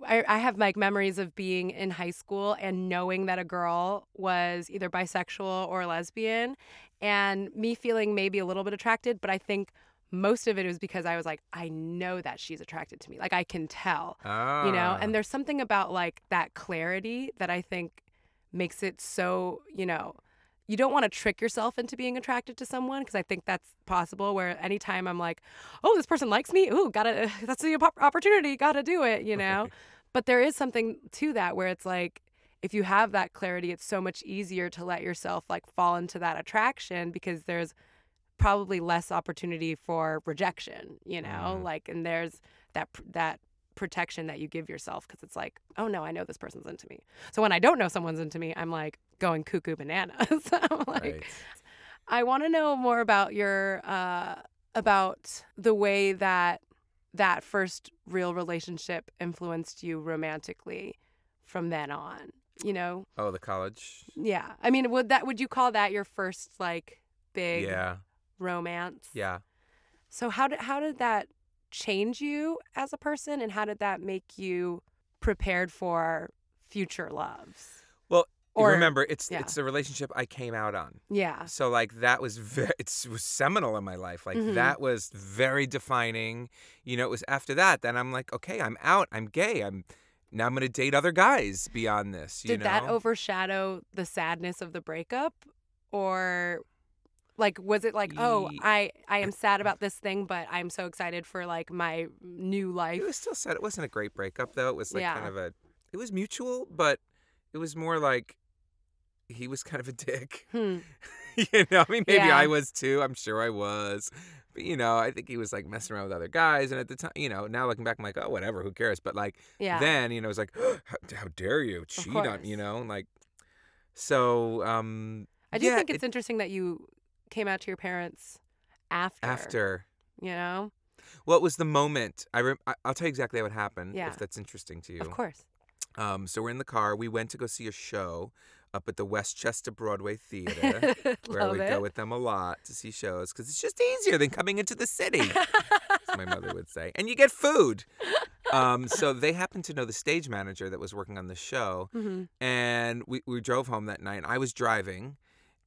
I, I have like memories of being in high school and knowing that a girl was either bisexual or lesbian, and me feeling maybe a little bit attracted, but I think most of it was because I was like, I know that she's attracted to me. Like, I can tell
Ah.
you know and there's something about like that clarity that i think makes it so you know you don't want to trick yourself into being attracted to someone because i think that's possible where anytime i'm like oh this person likes me ooh gotta that's the opp- opportunity gotta do it you know but there is something to that where it's like if you have that clarity it's so much easier to let yourself like fall into that attraction because there's probably less opportunity for rejection you know
Mhm.
like and there's that pr- that protection that you give yourself because it's like oh no i know this person's into me so when i don't know someone's into me i'm like going cuckoo bananas i'm like
Right.
i want to know more about your uh about the way that that first real relationship influenced you romantically from then on you know
Oh, the college.
yeah i mean would that would you call that your first like big
Yeah.
romance
Yeah.
so how did how did that change you as a person and how did that make you prepared for future loves?
Well,
or
remember, it's
yeah. Uh.
it's the relationship I came out on.
yeah.
So like that was very it was seminal in my life. Like
Mhm.
that was very defining. You know, it was after that then I'm like, okay, I'm out. I'm gay. I'm now I'm going to date other guys beyond this, you
Did
know.
that overshadow the sadness of the breakup or like was it like, "Oh,
Ye-
I I am sad about this thing, but I'm so excited for like my new life."
it was still sad. It wasn't a great breakup though. It was like
Yeah.
kind of a it was mutual, but it was more like he was kind of a dick.
Hmm.
you know, I mean, maybe
Yeah.
I was too. I'm sure I was. But, you know, I think he was like messing around with other guys. And at the time, you know, now looking back, I'm like, oh, whatever, who cares? But like
Yeah.
then, you know, it's like, how, how dare you cheat on,
course.
you know, and, like, So um,
I do
yeah,
think
it-
it's interesting that you came out to your parents after.
after.
You know?
What was the moment? I rem- I- I'll tell you exactly what happened
Yeah.
if that's interesting to you.
Of course.
Um, so we're in the car. We went to go see a show up at the Westchester Broadway Theater, where
Love
we
it.
go with them a lot to see shows because it's just easier than coming into the city, as my mother would say. And you get food. Um, so they happened to know the stage manager that was working on the show,
Mhm.
and we, we drove home that night. And I was driving,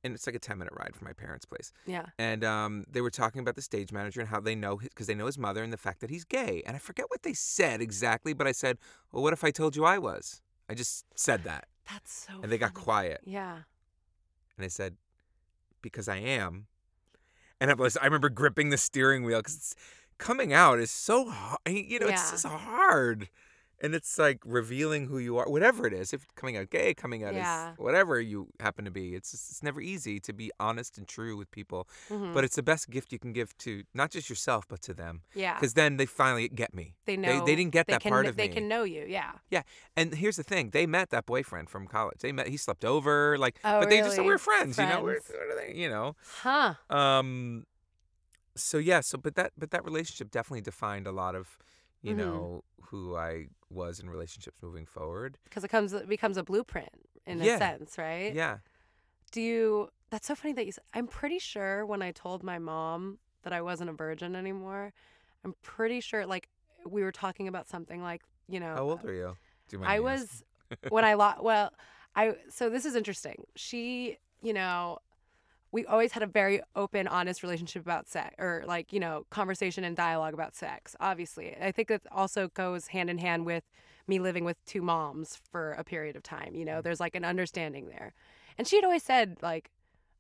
and it's like a ten minute ride from my parents' place.
Yeah.
And um, they were talking about the stage manager and how they know because they know his mother and the fact that he's gay. And I forget what they said exactly, but I said, "Well, what if I told you I was?" I just said that,
That's so.
and they got
funny.
quiet.
Yeah.
And I said, "Because I am." And I was, I remember gripping the steering wheel because coming out is so hard. You know, it's
Yeah.
just hard, and it's like revealing who you are, whatever it is. If coming out gay, coming out
Yeah.
as whatever you happen to be, it's just, it's never easy to be honest and true with people
Mhm.
but it's the best gift you can give to not just yourself but to them
yeah.
because then they finally get me
They
they
know.
didn't get that
can,
part
kn-
of
They
me.
can know you. Yeah.
and here's the thing they met that boyfriend from college they met he slept over like
Oh,
but they just
really?
we're friends, you know we're,
Friends.
what are they, you know
Huh.
um so yeah so but that but that relationship definitely defined a lot of you
Mhm.
know who I was in relationships moving forward
Because it comes it becomes a blueprint in
Yeah.
a sense, right?
yeah
Do you? That's so funny that you. s- I'm pretty sure when I told my mom that I wasn't a virgin anymore, I'm pretty sure like we were talking about something like you know.
how old are you do you mind
uh, I
me
was when I lost. Well, I so this is interesting. She, you know, we always had a very open, honest relationship about sex, or like you know, conversation and dialogue about sex. Obviously, I think that also goes hand in hand with me living with two moms for a period of time. You know,
Mm.
there's like an understanding there, and she had always said like.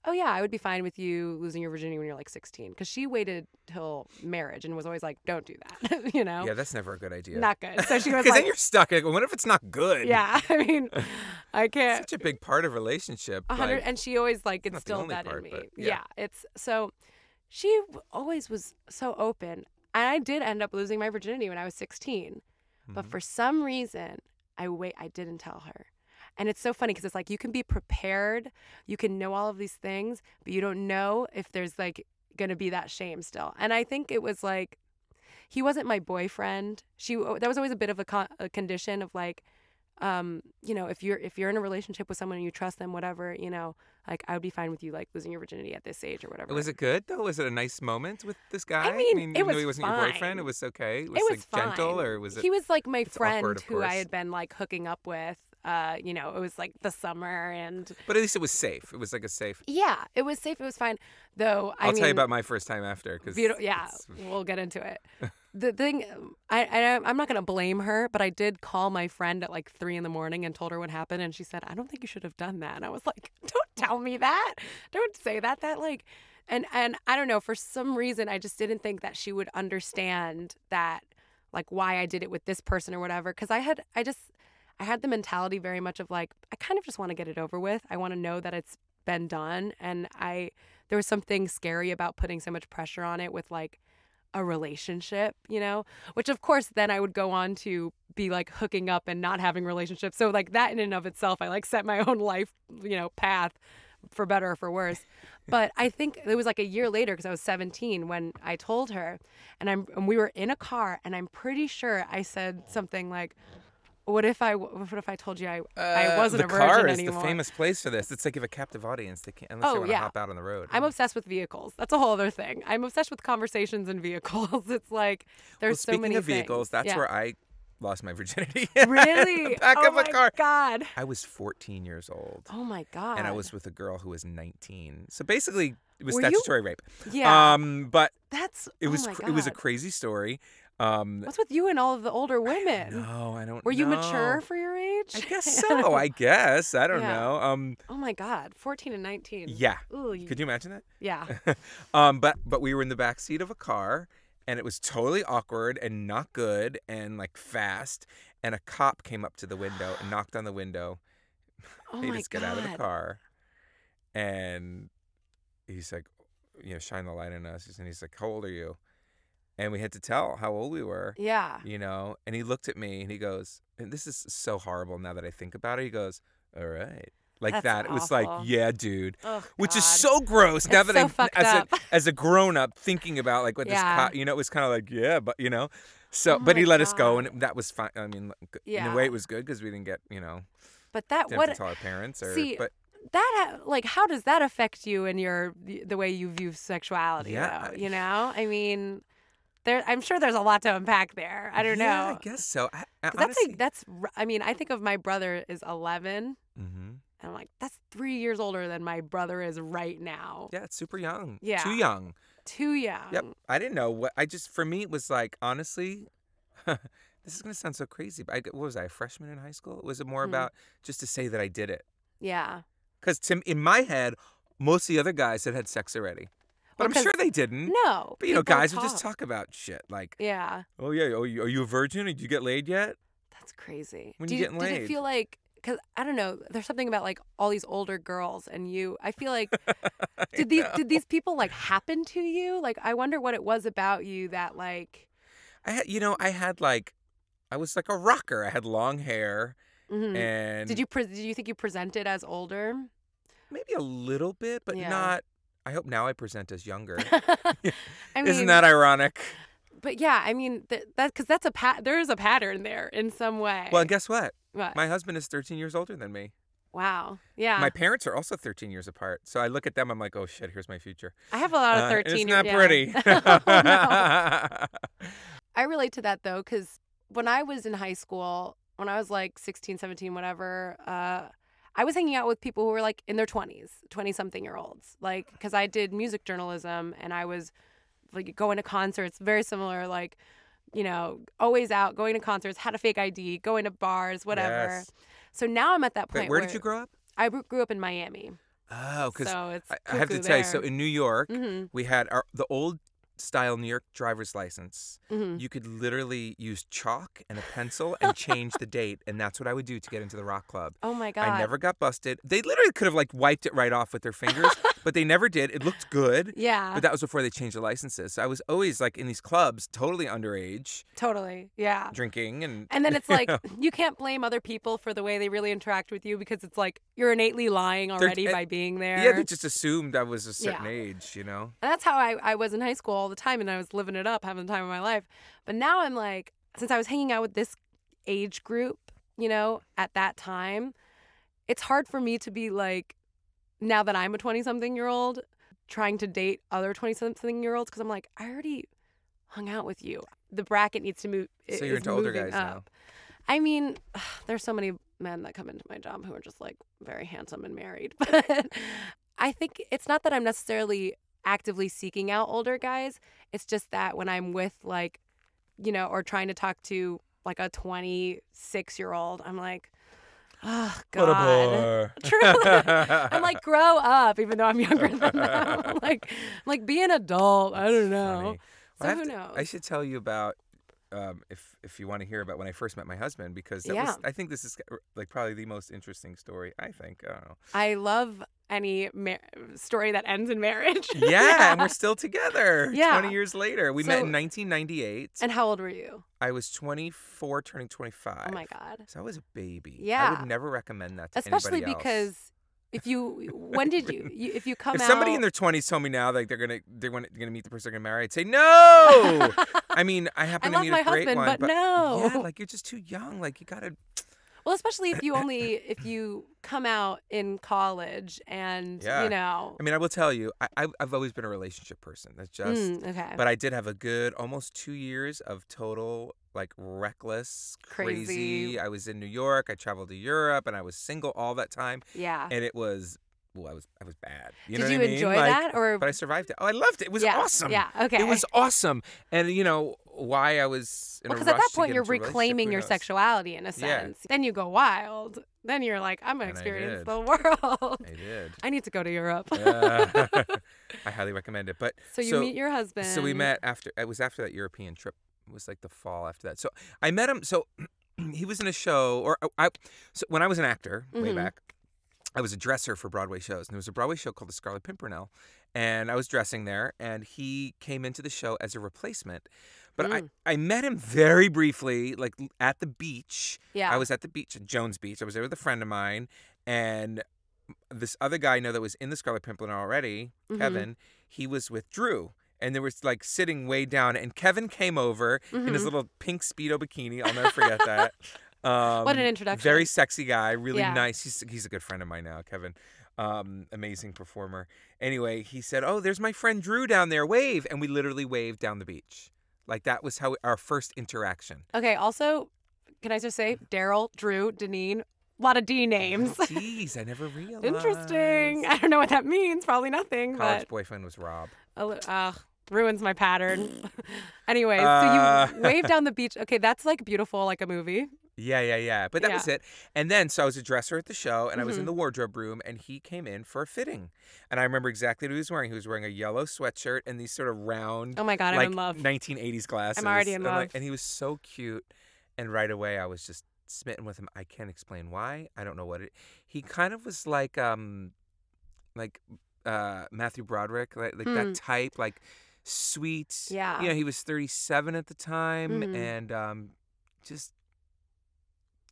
Oh yeah, I would be fine with you losing your virginity when you're like 16, because she waited till marriage and was always like, "Don't do that," you know,
asking? yeah that's never a good idea
not good. So she was
because
like,
then you're stuck like, what if it's not good
yeah, I mean, I can't.
such a big part of relationship
a hundred,
like-
and she always like
the
instilled
only
that
part,
in me.
but
yeah.
yeah.
it's so. She w- always was so open, and I did end up losing my virginity when I was 16. But
Mhm.
for some reason, I wait. I didn't tell her, and it's so funny because it's like you can be prepared, you can know all of these things, but you don't know if there's like gonna be that shame still. And I think it was like he wasn't my boyfriend. She that was always a bit of a, con- a condition of like, um, you know, if you're if you're in a relationship with someone and you trust them, whatever, you know, like I would be fine with you like losing your virginity at this age or whatever.
Was it good though? Was it a nice moment with this guy?
mean, it
even though
was
he wasn't your boyfriend,
fine.
it was okay. It was,
it was
like
fine.
gentle, or was it?
He was like my friend
awkward, of
who I
course.
had been like hooking up with. Uh, you know, it was like the summer, and
but at least it was safe. It was like a safe.
yeah, it was safe. It was fine, though. I
I'll
mean,
tell you about my first time after because
beautiful. Yeah, we'll get into it. The thing, I, I I'm not gonna blame her, but I did call my friend at like three in the morning and told her what happened, and she said, "I don't think you should have done that." And I was like, "Don't tell me that. Don't say that. That like." And and I don't know for some reason I just didn't think that she would understand that like why I did it with this person or whatever cuz I had I just I had the mentality very much of like I kind of just want to get it over with. I want to know that it's been done and I there was something scary about putting so much pressure on it with like a relationship, you know, which of course then I would go on to be like hooking up and not having relationships. So like that in and of itself, I like set my own life, you know, path for better or for worse. But I think it was like a year later because I was 17 when I told her, and I'm and we were in a car, and I'm pretty sure I said something like, "What if I what if I told you I I wasn't
Uh, the
a virgin
car is
anymore?"
the famous place for this. It's like you have a captive audience. They can't unless
Oh,
you want to
yeah.
hop out on the road.
I'm obsessed with vehicles. That's a whole other thing. I'm obsessed with conversations and vehicles. It's like there's
well,
so
speaking
many
of vehicles,
things.
that's
Yeah.
where I lost my virginity.
really
the back
oh
of a
my
car.
God.
I was 14 years old,
Oh my God.
and I was with a girl who was 19. So basically, it was
Were you-
statutory rape.
yeah.
Um, but
that's
it
oh
was
my
cr- it was a
God.
crazy story. Um,
What's with you and all of the older women?
No, I don't.
Were you mature
know.
for your age?
I guess so. I guess I don't
Yeah.
know. Um,
oh my God, fourteen and nineteen.
yeah.
Ooh, you-
Could you imagine
yeah.
that? um, but but we were in the back seat of a car, and it was totally awkward and not good and like fast. And a cop came up to the window and knocked on the window.
Oh
made
my
us
God.
get out of the car, and he's like, you know, shine the light on us. And he's like, "How old are you?" And we had to tell how old we were.
Yeah.
you know and he looked at me and he goes and this is so horrible now that i think about it he goes all right like
That's
that. It was like,
awful.
yeah, dude.
Ugh,
Which is
Oh God.
so gross. now
It's
that
so
I,
fucked
as
up.
a as a grown up, thinking about like what
Yeah.
this, co- you know, it was kind of like, yeah, but you know, so.
Oh
but he
my
let us go,
God.
and that was fine. I mean, like, in
Yeah.
a way, it was good because we didn't get, you know,
But that
didn't have
what
to tell our parents. Or,
see,
but
that ha- like how does that affect you and your the the way you view sexuality?
Yeah,
though,
I-
you know. I mean, there. I'm sure there's a lot to unpack there. I don't
Yeah,
know.
I guess so. I, I
'Cause that's
honestly,
like that's. r- I mean, I think of my brother is 11,
hmm
and I'm like that's three years older than my brother is right now.
yeah, it's super young.
Yeah.
too young.
Too young.
Yep. I didn't know what I just for me it was like honestly, this is gonna sound so crazy. But I, what was I a freshman in high school? Was it more
Mhm.
about just to say that I did it?
Yeah.
Because to m- in my head, most of the other guys had had sex already, but
Well,
I'm
'cause-
sure they didn't.
No.
Mm-hmm. but you know,
people
guys would just talk about shit like,
Yeah.
oh yeah, oh, you- are you a virgin? Did you get laid yet?
That's crazy.
When
Do
you getting
did it
laid.
feel like? Because I don't know. There's something about like all these older girls and you. I feel like did these did these people like happen to you? Like I wonder what it was about you that like.
I had, you know, I had like, I was like a rocker. I had long hair,
mhm.
Mm-hmm. and
Did you pre- did you think you presented as older?
maybe a little bit, but
Yeah.
not. I hope now I present as younger.
I mean,
Isn't that ironic?
But yeah, I mean th- that because that's a pat. There is a pattern there in some way.
Well, guess what?
What?
My husband is 13 years older than me.
wow. Yeah.
My parents are also 13 years apart. So I look at them, I'm like, oh shit, here's my future.
I have a lot of
Uh, and
thirteen.
it's not
yeah.
pretty.
Oh, no. I relate to that though, because when I was in high school, when I was like 16, 17, whatever, uh, I was hanging out with people who were like in their 20s, 20 something year olds. Like, because I did music journalism and I was like going to concerts, very similar, like, you know, always out, going to concerts, had a fake ID, going to bars, whatever.
Yes.
So now I'm at that point.
Wait, where did you grow up?
I grew grew up in Miami.
Oh, because
so it's.
I, I have to tell you, so in New York,
Mm-hmm,
we had our, the old style New York driver's license.
mm-hmm.
You could literally use chalk and a pencil and change the date. And that's what I would do to get into the rock club.
Oh my God.
I never got busted. They literally could have like wiped it right off with their fingers, but they never did. It looked good.
Yeah,
But that was before they changed the licenses. So I was always like in these clubs, totally underage,
totally. Yeah.
drinking and
And then it's like you can't blame other people for the way they really interact with you because it's like you're innately lying already
uh,
by being there.
yeah, they just assumed I was a certain
Yeah.
age, you know.
and that's how I, I was in high school all the time and I was living it up, having the time of my life. But now I'm like, since I was hanging out with this age group, you know, at that time, it's hard for me to be like, now that I'm a 20 something year old, trying to date other 20 something year olds because I'm like, I already hung out with you. The bracket needs to move.
So you're
is
into older
moving
guys now.
up. I mean, there's so many men that come into my job who are just like very handsome and married. But I think it's not that I'm necessarily actively seeking out older guys. It's just that when I'm with like, you know, or trying to talk to like a 26 year old, I'm like, oh, God. Truly. I'm like, grow up, even though I'm younger than them. like, like, be an adult. I don't know.
Funny.
So
I have
who
to-
knows?
I should tell you about um, if if you want to hear about when I first met my husband because that
Yeah.
was, I think this is like probably the most interesting story. I think I don't know.
I love any mar- story that ends in marriage.
Yeah, and we're still together.
Yeah.
twenty years later. We met
So-
in 1998.
And how old were you?
I was 24, turning 25.
Oh my God.
So I was a baby. I
Yeah.
would never recommend that to
Especially
anybody else.
because if you, when did you, you if you come
if
out.
somebody in their 20s told me now like they're gonna they're gonna, gonna meet the person they're gonna marry, I'd say no. I mean, I
I
happen to
love
meet
my
a great
husband,
one,
but, no.
yeah, like you're just too young. Like you gotta.
well, especially if you only if you come out in college and
Yeah.
you know.
I mean, I will tell you, I, I I've always been a relationship person. That's just.
Mm, okay.
But I did have a good almost two years of total like reckless,
Crazy.
I was in New York. I traveled to Europe, and I was single all that time,
yeah.
and it was. Well, I was I was bad. You know
Ah. did
what
you
I mean?
enjoy
Like,
that or?
But I survived it. Oh, I loved it. It was
yeah,
awesome.
Yeah. Okay.
It was awesome. And you know why I was in a
because
rush
at that
to
point
get
you're
into a relationship,
reclaiming
who
your
knows?
sexuality in a
Yeah.
sense. Then you go wild. Then you're like, I'm gonna
And I
experience
did.
the world.
I did.
I need to go to Europe.
Uh, I highly recommend it. But
so you
so-
meet your husband.
so we met after it was after that European trip. It was like the fall after that. So I met him. So he was in a show, or uh, I. So when I was an actor way
Mhm.
back, I was a dresser for Broadway shows, and there was a Broadway show called The Scarlet Pimpernel, and I was dressing there, and he came into the show as a replacement. But
Mm.
I, I met him very briefly, like l- at the beach.
Yeah.
I was at the beach, Jones Beach. I was there with a friend of mine, and this other guy I know that was in the Scarlet Pimpernel already,
Mhm.
Kevin, he was with Drew. And they were like sitting way down, and Kevin came over in his
Mhm.
little pink speedo bikini. I'll never forget that. Um,
What an introduction.
Very sexy guy, really
Yeah.
nice. He's he's a good friend of mine now, Kevin. Um, amazing performer. Anyway, he said, "Oh, there's my friend Drew down there. Wave!" And we literally waved down the beach. Like that was how our first interaction.
Okay. Also, can I just say Daryl, Drew, Deneen, a lot of D names.
Jeez, I never realized.
Interesting. I don't know what that means. Probably nothing.
College
But
boyfriend was Rob.
a li- ugh, ruins my pattern. anyway,
Uh,
so you wave down the beach. Okay, that's like beautiful, like a movie.
Yeah, yeah, yeah. But that
Yeah.
was it. And then, so I was a dresser at the show, and I was in
Mhm.
the wardrobe room, and he came in for a fitting. And I remember exactly what he was wearing. He was wearing a yellow sweatshirt and these sort of round,
Oh my god,
like
I'm in love.
1980s glasses.
already in
And like-
love.
and he was so cute. And right away, I was just smitten with him. I can't explain why. I don't know what it. He kind of was like, um, like uh, Matthew Broderick, like, like
Hmm.
that type, like sweet.
Yeah.
You know, he was 37 at the time,
Mhm.
and um, just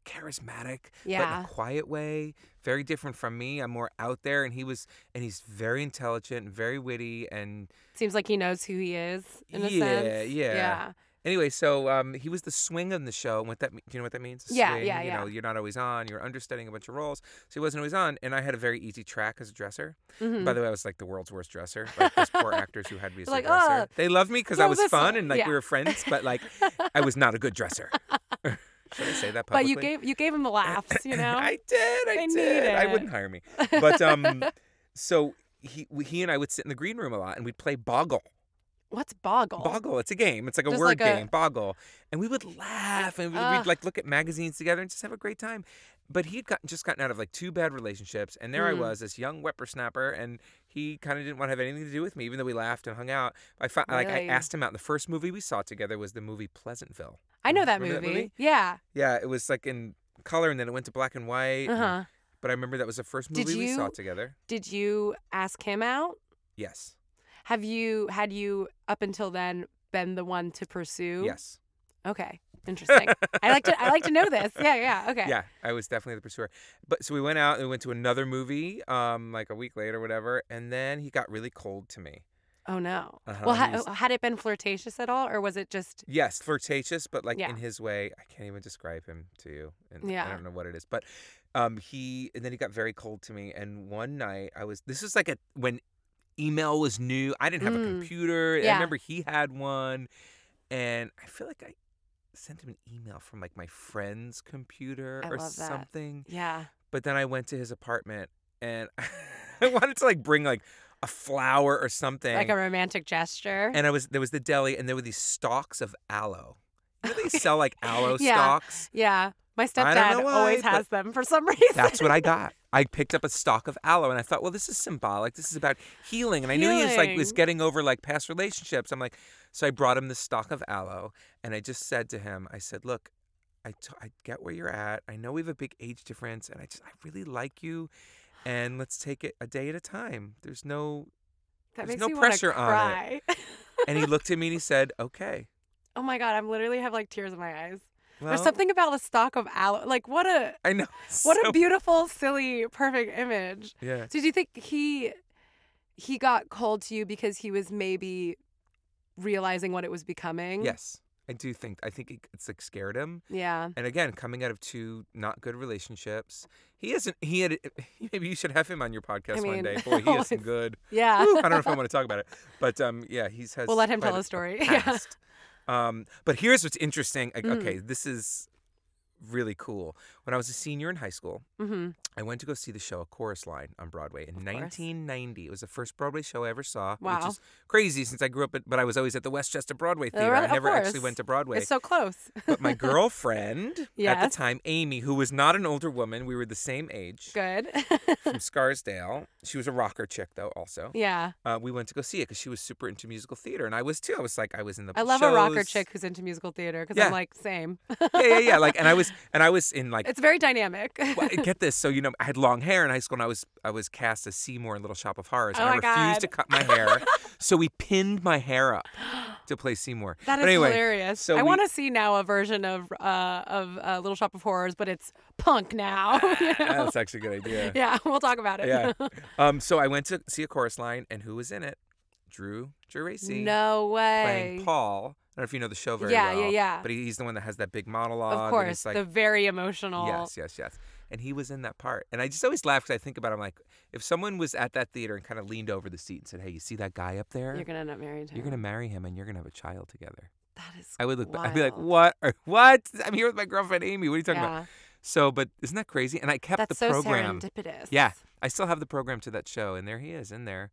charismatic but in
Yeah.
a quiet way. Very different from me. I'm more out there, and he was, and he's very intelligent and very witty. And
Seems like he knows who he is in a
Yeah,
sense.
yeah.
Yeah.
anyway, so um, he was the swing on the show. And what that, me- do you know what that means? A
Yeah,
swing,
yeah,
You
yeah.
know, you're not always on. You're understudying a bunch of roles, so he wasn't always on. And I had a very easy track as a dresser.
Mhm.
By the way, I was like the world's worst dresser. Like those poor actors who had me as
Like,
a dresser.
"Ugh,
they loved me because I
throw
was
this
fun
on."
and like
Yeah.
we were friends, but like I was not a good dresser. Should I say that
but
publicly?
you gave you gave him the laughs, you know.
I did. I
They need
did. I
it.
wouldn't hire me. But um, so he we- he and I would sit in the green room a lot, and we'd play Boggle.
What's boggle?
Boggle. It's a game. It's like a
Just
word
like a-
game. Boggle. And we would laugh, and we'd,
Ugh.
we'd like look at magazines together and just have a great time. But he'd gotten, just gotten out of like two bad relationships, and there I
Mm.
was, this young whippersnapper, and he kind of didn't want to have anything to do with me, even though we laughed and hung out. I found, like I
Really?
asked him out. The first movie we saw together was the movie Pleasantville.
I know that
Remember
movie.
that movie?
Yeah.
Yeah, it was like in color, and then it went to black and white.
Uh
and-
huh.
but I remember that was the first
Did
movie we saw
you-
together.
Did you ask him out?
Yes.
Have you had you up until then been the one to pursue?
Yes.
Okay. Interesting. I like to I like to know this. Yeah. Yeah. Okay.
Yeah, I was definitely the pursuer. But so we went out and we went to another movie, um, like a week later, or whatever. And then he got really cold to me.
Oh no.
Uh-huh,
Well,
he
ha- oh,
was-
had it been flirtatious at all, or was it just
yes, flirtatious, but like
Yeah.
in his way, I can't even describe him to you. And
Yeah.
I don't know what it is, but um, he and then he got very cold to me. And one night I was this was like a when email was new. I didn't have a
Mm.
computer.
Yeah.
I remember he had one, and I feel like I sent him an email from like my friend's computer
I
or
love that.
something.
yeah?
But then I went to his apartment and I wanted to like bring like a flower or something.
Like a romantic gesture.
and I was there was the deli and there were these stalks of aloe. You know they sell like aloe
Yeah.
stalks.
yeah. My
I don't know
stepdad always
why, but
has them for some reason.
That's what I got. I picked up a stalk of aloe and I thought, well, this is symbolic. This is about healing. And I knew he was like was
Healing.
getting over like past relationships. I'm like, so I brought him the stalk of aloe and I just said to him, I said, look, I, t- I get where you're at. I know we have a big age difference and I just I really like you. And let's take it a day at a time. There's no
that
there's
makes
no
me wanna
pressure on
cry.
it. and he looked at me and he said, "Okay."
oh my god, I'm literally have like tears in my eyes.
Well,
There's something about a stalk of aloe. Like what a
I know.
what
so-
a beautiful, silly, perfect image.
yeah.
So do you think he he got cold to you because he was maybe realizing what it was becoming?
Yes, I do think. I think it- it's like scared him.
Yeah.
And again, coming out of two not good relationships, he isn't. He had. Maybe you should have him on your podcast
mean,
one day. Boy, he is some
always.
good.
Yeah.
Whew, I don't know if I want to talk about it, but um, yeah, he's has.
We'll let him
quite
tell
a-
a story.
a
Yeah.
past. Um, but here's what's interesting. Like,
Mm.
Okay, this is really cool. When I was a senior in high school,
mm-hmm.
I went to go see the show A Chorus Line on Broadway in
Of course.
1990. It was the first Broadway show I ever saw,
Wow.
which is crazy since I grew up. At, but I was always at the Westchester Broadway
Oh,
Theater.
right,
I
of
never actually
course.
went to Broadway.
It's so close.
but my girlfriend at
Yes.
the time, Amy, who was not an older woman, we were the same age
Good.
from Scarsdale. She was a rocker chick though. Also,
yeah.
uh, we went to go see it because she was super into musical theater, and I was too. I was like, I was in the
I love a rocker
shows.
chick who's into musical theater because
Yeah.
I'm like, same.
yeah, yeah, yeah. Like, and I was and I was in like
It's very dynamic.
well, get this. So you know, I had long hair in high school, and I was I was cast as Seymour in Little Shop of Horrors, and
Oh
I
my God.
refused to cut my hair. so we pinned my hair up to play Seymour.
That is
but anyway,
hilarious.
so
I
we-
want to see now a version of uh, of uh, Little Shop of Horrors, but it's punk now. you know?
That's actually a good idea.
yeah, we'll talk about it.
Yeah. Um. So I went to see a chorus line, and who was in it? Drew Geraci.
no way.
Playing Paul. I don't know if you know the show very
Yeah,
well.
yeah, yeah.
But he's the one that has that big monologue.
of
and
course,
it's like,
the very emotional.
Yes, yes, yes. And he was in that part. And I just always laugh because I think about it. I'm like, if someone was at that theater and kind of leaned over the seat and said, hey, you see that guy up there?
You're gonna end up married to
You're
him.
gonna marry him and you're going to have a child together.
That is.
I would look back. I'd be like,
wild.
what? Are, what? I'm here with my girlfriend, Amy. What are you talking about?
yeah.
So, but isn't that crazy? And I kept
That's
the
so
program.
serendipitous.
Yeah. I still have the program to that show. And there he is in there.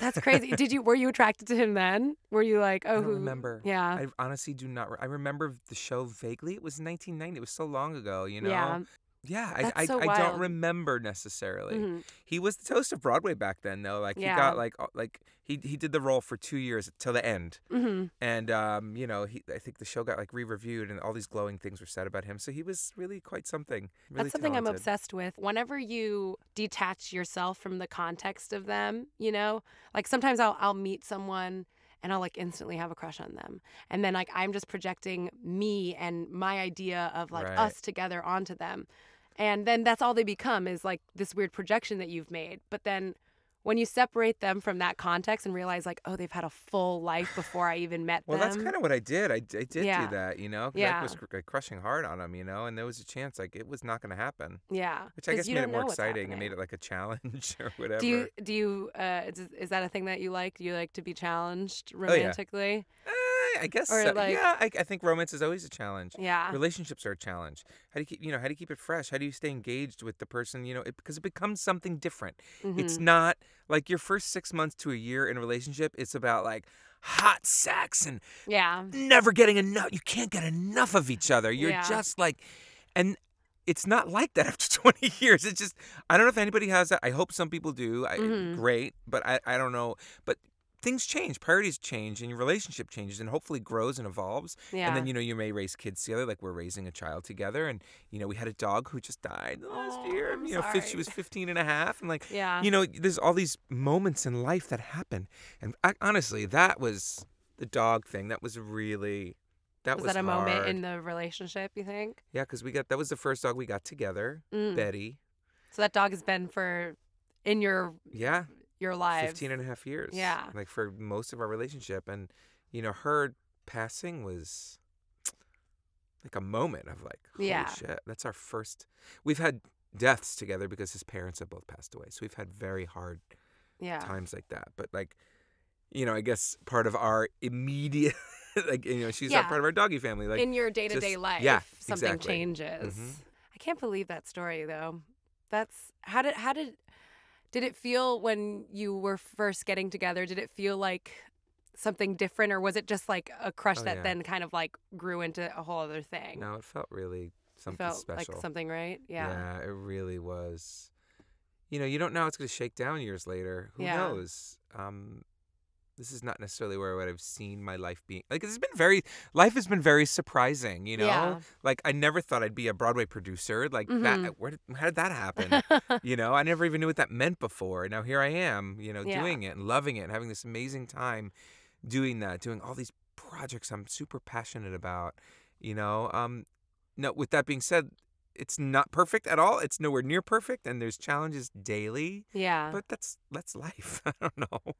That's crazy. Did you were you attracted to him then? Were you like, oh,
I don't
who-
remember.
Yeah.
I honestly do not. Re- I remember the show vaguely. It was 1990. It was so long ago, you know?
yeah.
Yeah, I,
That's
I,
so
I
wild.
don't remember necessarily.
Mhm.
He was the toast of Broadway back then, though. Like
Yeah.
he got like uh, like he he did the role for two years till the end,
Mhm.
and um, you know he I think the show got like re-reviewed and all these glowing things were said about him. So he was really quite something. Really
That's something I'm
talented.
obsessed with. Whenever you detach yourself from the context of them, you know, like sometimes I'll I'll meet someone and I'll like instantly have a crush on them. And then like I'm just projecting me and my idea of like
Right.
us together onto them. And then that's all they become is like this weird projection that you've made. But then when you separate them from that context and realize like, oh, they've had a full life before I even met
Well,
them.
that's kind of what I did. I, d- I did
Yeah.
do that, you know. 'cause
Yeah.
I was cr- like, crushing hard on him, you know, and there was a chance like it was not going to happen,
yeah.
which I
'Cause
guess
you
made
don't
it more
know what's
exciting and
happening.
made it like a challenge or whatever.
Do you do you uh is, is that a thing that you like? Do you like to be challenged
Oh, yeah.
romantically?
Eh, I guess
Or,
so.
like-
yeah. I, I think romance is always a challenge.
yeah.
relationships are a challenge how do you keep you know how do you keep it fresh how do you stay engaged with the person you know it, because it becomes something different
Mm-hmm.
it's not like your first six months to a year in a relationship it's about like hot sex and
Mhm. yeah.
never getting enough you can't get enough of each other you're
Yeah.
just like and it's not like that after 20 years it's just i don't know if anybody has that i hope some people do I,
Mhm.
great but I, I don't know but things change priorities change and your relationship changes and hopefully grows and evolves
Yeah.
and then you know you may raise kids together, like we're raising a child together. And you know we had a dog who just died last
Aw,
year.
Oh, I'm
you know, fif-
sorry.
she was 15 and a half, and like
yeah.
you know, there's all these moments in life that happen. And I, honestly, that was the dog thing. That was really that was,
was that a moment
hard.
in the relationship, you think?
yeah, because we got that was the first dog we got together,
Mm.
Betty.
So that dog has been for in your
Yeah,
your lives.
15 and a half years.
Yeah.
like for most of our relationship, and you know her passing was. Like a moment of like, holy
Yeah.
shit, that's our first we've had deaths together because his parents have both passed away. So we've had very hard
yeah.
times like that. But like, you know, I guess part of our immediate, like, you know, she's
Yeah.
not part of our doggy family. Like,
in your day-to-day
just-
life,
yeah,
something
exactly.
changes.
Mhm.
I can't believe that story though. That's how did how did did it feel when you were first getting together? Did it feel like something different or was it just like a crush
Oh,
that
yeah.
then kind of like grew into a whole other thing?
no, it felt really
You
something
felt
special.
like something right? Yeah.
it really was. You know, you don't know how it's going to shake down years later. Who
Yeah.
knows? Um, this is not necessarily where I would have seen my life being. Like, it's been very, life has been very surprising, you know?
Yeah.
Like, I never thought I'd be a Broadway producer. Like,
Mhm.
that, where did, how did that happen? you know i never even knew what that meant before now here i am you know
Yeah.
doing it and loving it and having this amazing time doing that doing all these projects i'm super passionate about you know um no with that being said it's not perfect at all it's nowhere near perfect and there's challenges daily
yeah.
but that's that's life i don't know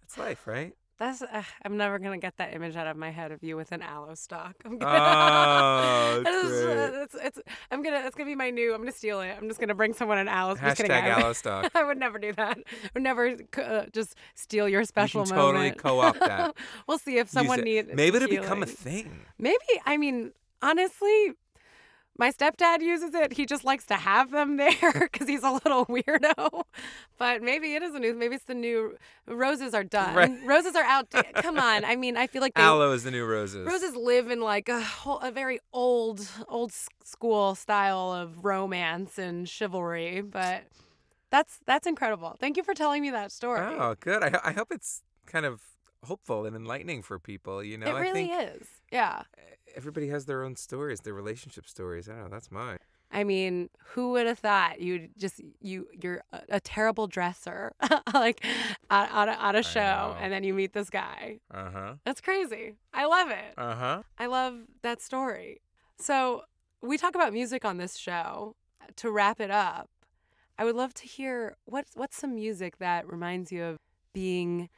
that's life right
That's uh, I'm never gonna get that image out of my head of you with an aloe stock. I'm
Oh,
That
that's
is, uh,
great.
that's- it's- I'm gonna. That's gonna be my new. I'm gonna steal it. I'm just gonna bring someone an aloe. just
hashtag
kidding, I would-
allostock
I would never do that. I would never c- uh, just steal your special
totally
moment.
co-opt that.
we'll see if someone needs.
maybe it'll become a thing
Maybe I mean honestly, my stepdad uses it. He just likes to have them there because he's a little weirdo. But maybe it is a new. Maybe it's the new roses are done.
Right.
Roses are out. Come on. I mean, I feel like they.
aloe is the new roses
Roses live in like a whole, a very old, old s- school style of romance and chivalry, but that's that's incredible. Thank you for telling me that story.
Oh, good. I, ho- I hope it's kind of hopeful and enlightening for people. You know,
it
I
really
think
is. Yeah,
everybody has their own stories, their relationship stories. I don't know. That's mine.
I mean, who would have thought you'd just you you're a, a terrible dresser, like at, at, a, at a show,
know.
and then you meet this guy.
Uh huh.
That's crazy. I love it.
Uh huh.
I love that story. So we talk about music on this show. To wrap it up, I would love to hear what what's some music that reminds you of being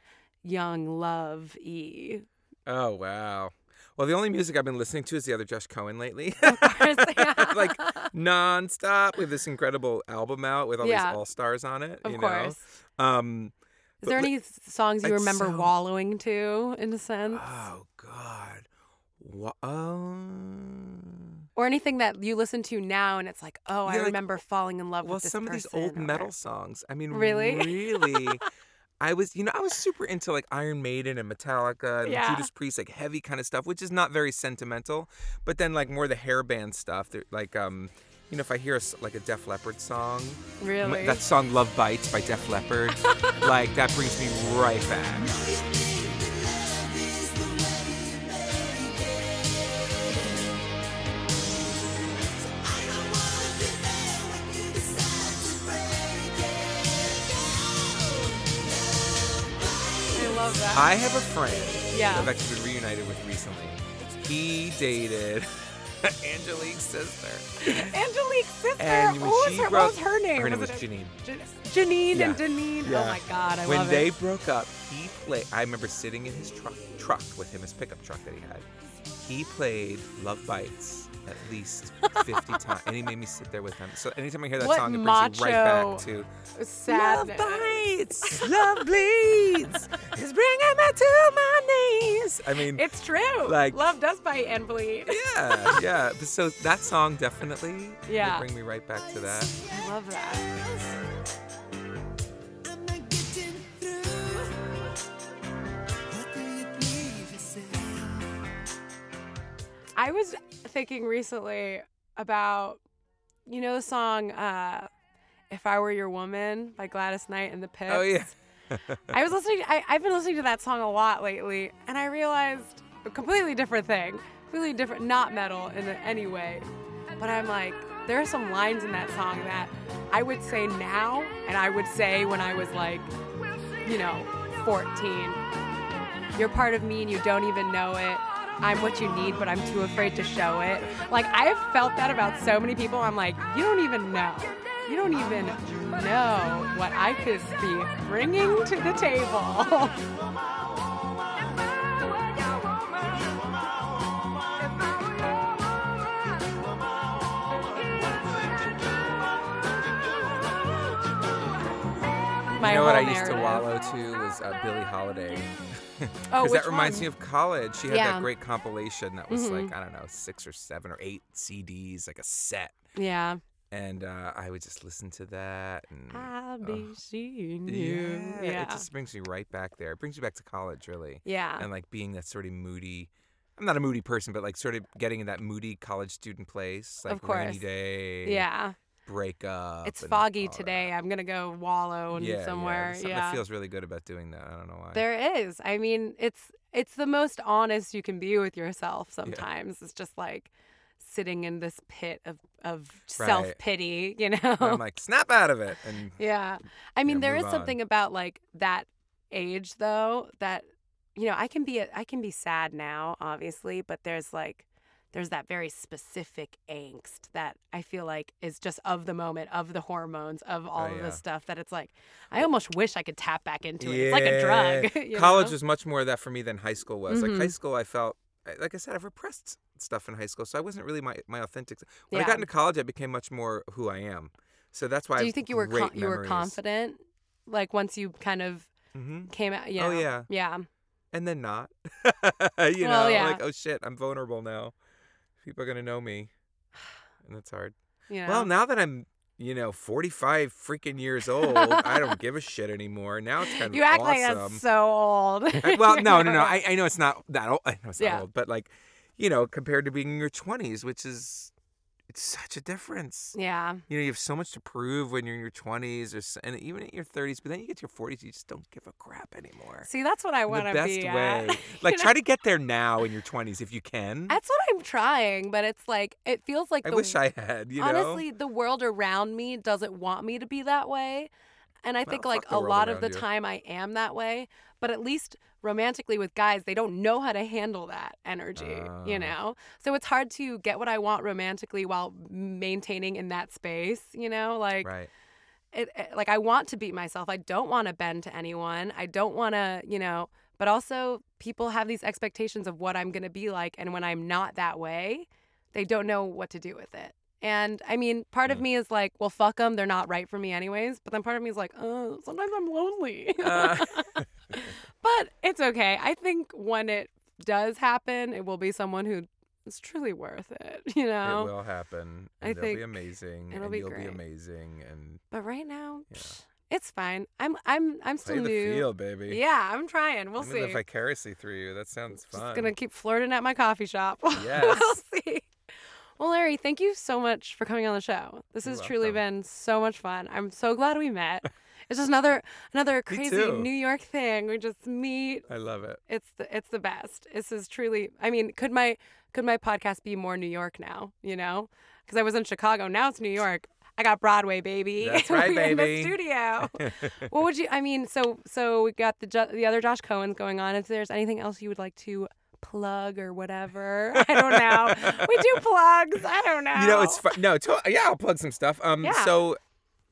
young, love e.
Oh wow. Well, the only music I've been listening to is the other Josh Cohen lately. like nonstop. We have this incredible album out with all
Yeah.
these all stars on it.
of
you
course.
Know? Um.
Is there
But
any s- songs you
it's
remember
so-
wallowing to, in a sense,
Oh God. What? Oh.
or anything that you listen to now and it's like, oh, I
Yeah, like,
remember falling in love
well
with this
some of these old
person, or-
metal songs i mean
Really?
really i was you know i was super into like iron maiden and metallica and
Yeah.
judas priest like heavy kind of stuff which is not very sentimental but then like more the hairband stuff they're- like um you know if i hear a s like a def leppard song m-
Really?
that song love bites by def leppard like that brings me right back
I love that.
i have a friend that
yeah.
I've actually been reunited with recently. He dated Angelique's sister.
Angelique's sister.
And when
what, was
she
her,
broke-
what was her name?
Her name was
Was it-
Janine.
Jan- Janine and
Yeah.
Janine. Oh
Yeah.
my God, I
when
love
they
it.
broke up, he played. I remember sitting in his truck, truck with him, his pickup truck that he had. He played "Love Bites" at least fifty times, and he made me sit there with him. So anytime I hear that
What
song, it brings me right
macho
back to
Sad.
"Love Bites, Love Bleeds." It's bringing me to my knees. I mean,
It's true.
Like-
love does bite and bleed.
yeah, yeah. But so that song definitely would
Yeah.
bring me right back to that.
I love that.
I'm not getting through. What do you believe yourself?
I was thinking recently about, you know, the song uh, "If I Were Your Woman" by Gladys Knight and the Pips.
Oh yeah.
I was listening. I, I've been listening to that song a lot lately, and I realized a completely different thing, completely different, not metal in any way. But I'm like, there are some lines in that song that I would say now, and I would say when I was like, you know, 14. You're part of me, and you don't even know it. I'm what you need, but I'm too afraid to show it. Like I have felt that about so many people. I'm like, you don't even know. You don't even know what I could be bringing to the table. My
you know what I
whole
used to
narrative.
wallow to was uh, Billie Holiday.
Oh,
Because
which
that reminds
one?
me of college. She had
Yeah. Mm-hmm.
that great compilation that was like, I don't know, six or seven or eight CDs, like a set.
Yeah.
And uh, I would just listen to that. And,
I'll
oh,
be seeing you.
yeah,
Ah, Yeah.
It just brings me right back there. It brings you back to college, really.
yeah.
And like being that sort of moody. I'm not a moody person, but like sort of getting in that moody college student place, like
Of
rainy
course.
day,
yeah.
breakup.
It's
and
foggy
all that.
today. I'm going to go wallow in
Yeah, yeah,
somewhere.
there's
Yeah.
something that feels really good about doing that. I don't know why.
There is. I mean, it's it's the most honest you can be with yourself sometimes. It's just like sitting in this pit of of
Right.
self-pity, you know.
And I'm like, snap out of it. And
yeah. I mean,
Yeah,
there is
move on.
something about like that age though that you know, I can be I can be sad now, obviously, but there's like there's that very specific angst that I feel like is just of the moment, of the hormones, of all of
Oh, yeah.
this stuff that it's like I almost wish I could tap back into it. It's like a drug.
Yeah.
you
College
know?
was much more of that for me than high school was.
Mhm.
Like high school, I felt I- like I said, I've repressed stuff in high school, so I wasn't really my my authentic. s- When I
Yeah.
got into college, I became much more who I am. So that's why. I
Do you
have
think you were
great
con- you were
memories.
confident, like once you kind of
Mhm.
came out? Yeah.
Oh, yeah.
yeah.
And then not. you know,
yeah.
like oh shit, I'm vulnerable now. People are gonna know me, and that's hard.
You know?
Well, now that I'm. You know, 45 freaking years old. I don't give a shit anymore. Now it's kind of
you act
awesome.
like that's so old.
I- Uh, well, no, no, no. I, I know it's not that old. I know it's not
Yeah.
old, but like, you know, compared to being in your twenties, which is It's such a difference.
Yeah.
You know, you have so much to prove when you're in your 20s or s- and even in your 30s, but then you get to your 40s, you just don't give a crap anymore.
See, that's what I
In
want
the
to
best
be
way.
at. You
like
know?
try to get there now in your 20s if you can.
That's what I'm trying, but it's like it feels like
I
the
wish I had, you know.
honestly the world around me doesn't want me to be that way and i
Well,
think like
fuck the
a
world
lot of the
around you.
time i am that way but at least romantically with guys they don't know how to handle that energy
Ah.
you know so it's hard to get what i want romantically while maintaining in that space you know like
right.
it, it- like i want to beat myself i don't want to bend to anyone i don't want to you know but also people have these expectations of what i'm going to be like and when i'm not that way they don't know what to do with it and i mean part of
Mm.
me is like well fuck them they're not right for me anyways but then part of me is like oh sometimes i'm lonely
Uh,
but it's okay i think when it does happen it will be someone who is truly worth it you know
It will happen.
I
And it'll be
think
amazing.
it'll
and
be
you'll
great.
be amazing and
but right now
Yeah.
psh, it's fine i'm i'm i'm still
play the
new
field, baby.
Yeah, I'm trying. We'll
I'm
see.
gonna live vicariously through you. That sounds fun.
Just gonna keep flirting at my coffee shop. we'll
Yes.
see. Well, Larry, thank you so much for coming on the show. This
You're
has truly
welcome.
been so much fun. I'm so glad we met. It's just another another
Me
crazy
too.
New York thing. We just meet.
I love it.
It's the it's the best. This is truly. I mean, could my could my podcast be more New York now? You know, because I was in Chicago. Now it's New York. I got Broadway, baby.
That's right,
We're
baby.
In the studio. what would you i mean so so we got the jo- the other josh cohen's going on if there's anything else you would like to plug or whatever i don't know we do plugs i don't know
You know, it's fun. No, to- yeah, I'll plug some stuff. Um,
Yeah.
so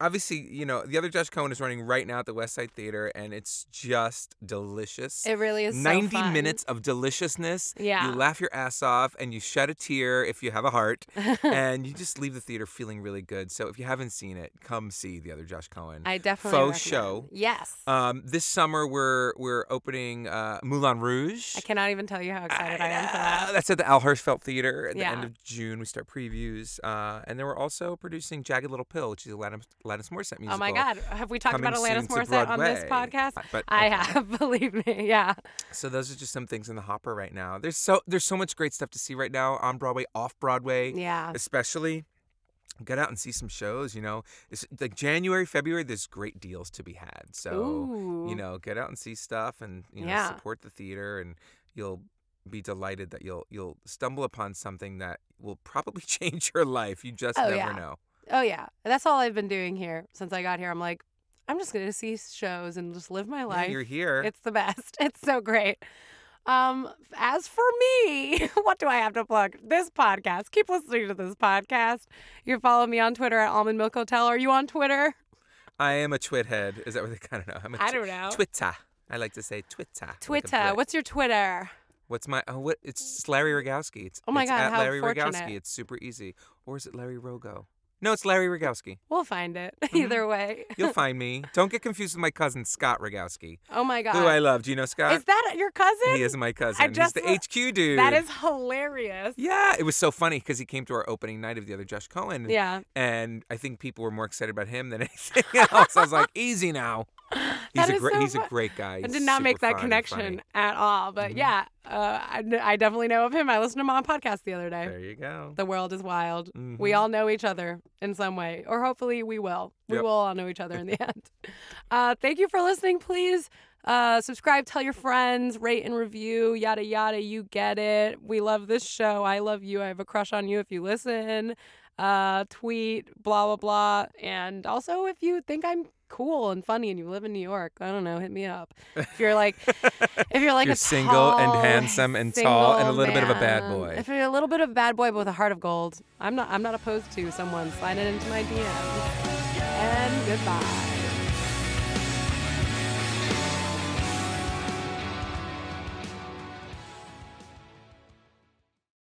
obviously, you know, the other Josh Cohen is running right now at the West Side Theater, and it's just delicious.
it really is so
90
fun.
minutes of deliciousness.
Yeah.
You laugh your ass off and you shed a tear if you have a heart. and you just leave the theater feeling really good. So if you haven't seen it, come see the other Josh Cohen.
i definitely
Faux
recommend.
show.
yes
um, this summer we're we're opening uh, Moulin Rouge.
i cannot even tell you how excited i, am for
Uh,
that
That's at the Al Hirschfeld Theater at the end
Yeah.
of June. We start previews, uh, and then we're also producing "Jagged Little Pill," which is a Alanis, Alanis Morissette musical.
oh my god have we talked
coming
about alanis
soon to
morissette on this
Broadway.
podcast
Uh, But
I
okay.
have, believe me. Yeah.
So those are just some things in the hopper right now. There's so there's so much great stuff to see right now on Broadway, off Broadway,
Yeah.
especially. Get out and see some shows. You know, it's like January, February. There's great deals to be had. So
Ooh.
you know, get out and see stuff and you know
Yeah.
support the theater and you'll be delighted that you'll you'll stumble upon something that will probably change your life. You just
Oh,
never
yeah.
know.
Oh yeah, that's all I've been doing here since I got here. I'm like, I'm just gonna see shows and just live my
Yeah,
life.
you're here.
It's the best. It's so great. Um, as for me, what do I have to plug? This podcast. Keep listening to this podcast. You can follow me on Twitter at Almond Milk Hotel. Are you on Twitter?
I am a twit head. Is that what they kind of know? I'm a
I
tw-
don't know.
Twitter. I like to say Twitter. like a
Twitter.
twit.
What's your Twitter?
What's my oh what it's Larry Rogowski. It's
Oh my
it's
God,
at
how
Larry
fortunate.
Rogowski. It's super easy. Or is it Larry Rogo? No, it's Larry Rogowski.
We'll find it.
Mm-hmm.
Either way.
You'll find me. Don't get confused with my cousin Scott Rogowski,
Oh my God.
who I love. Do you know Scott?
is that your cousin?
he is my cousin.
just
He's the
wa-
HQ dude.
That is hilarious.
Yeah, it was so funny because he came to our opening night of the other Josh Cohen.
Yeah.
And I think people were more excited about him than anything else. I was like, easy now. He's
That
a
is
great
so
he's a
fu-
great guy.
I
He's
did not
super
make that
fun and funny.
connection at all. But
Mhm.
yeah, uh, I, kn- I definitely know of him. I listened to him on a podcast the other day.
There you go.
The world is wild. We
Mhm.
all know each other in some way, or hopefully we will. We
Yep.
will all know each other in the end. Uh, thank you for listening. Please uh, subscribe, tell your friends, rate and review, yada, yada. You get it. We love this show. I love you. I have a crush on you if you listen. Uh, tweet, blah, blah, blah. And also, if you think I'm cool and funny and you live in New York, I don't know, hit me up. If you're like, if you're like
You're
a
single and
tall,
handsome and tall and a
single
little bit of a bad
man.
boy.
If you're a little bit of a bad boy but with a heart of gold, I'm not I'm not opposed to someone sliding into my DMs. And goodbye.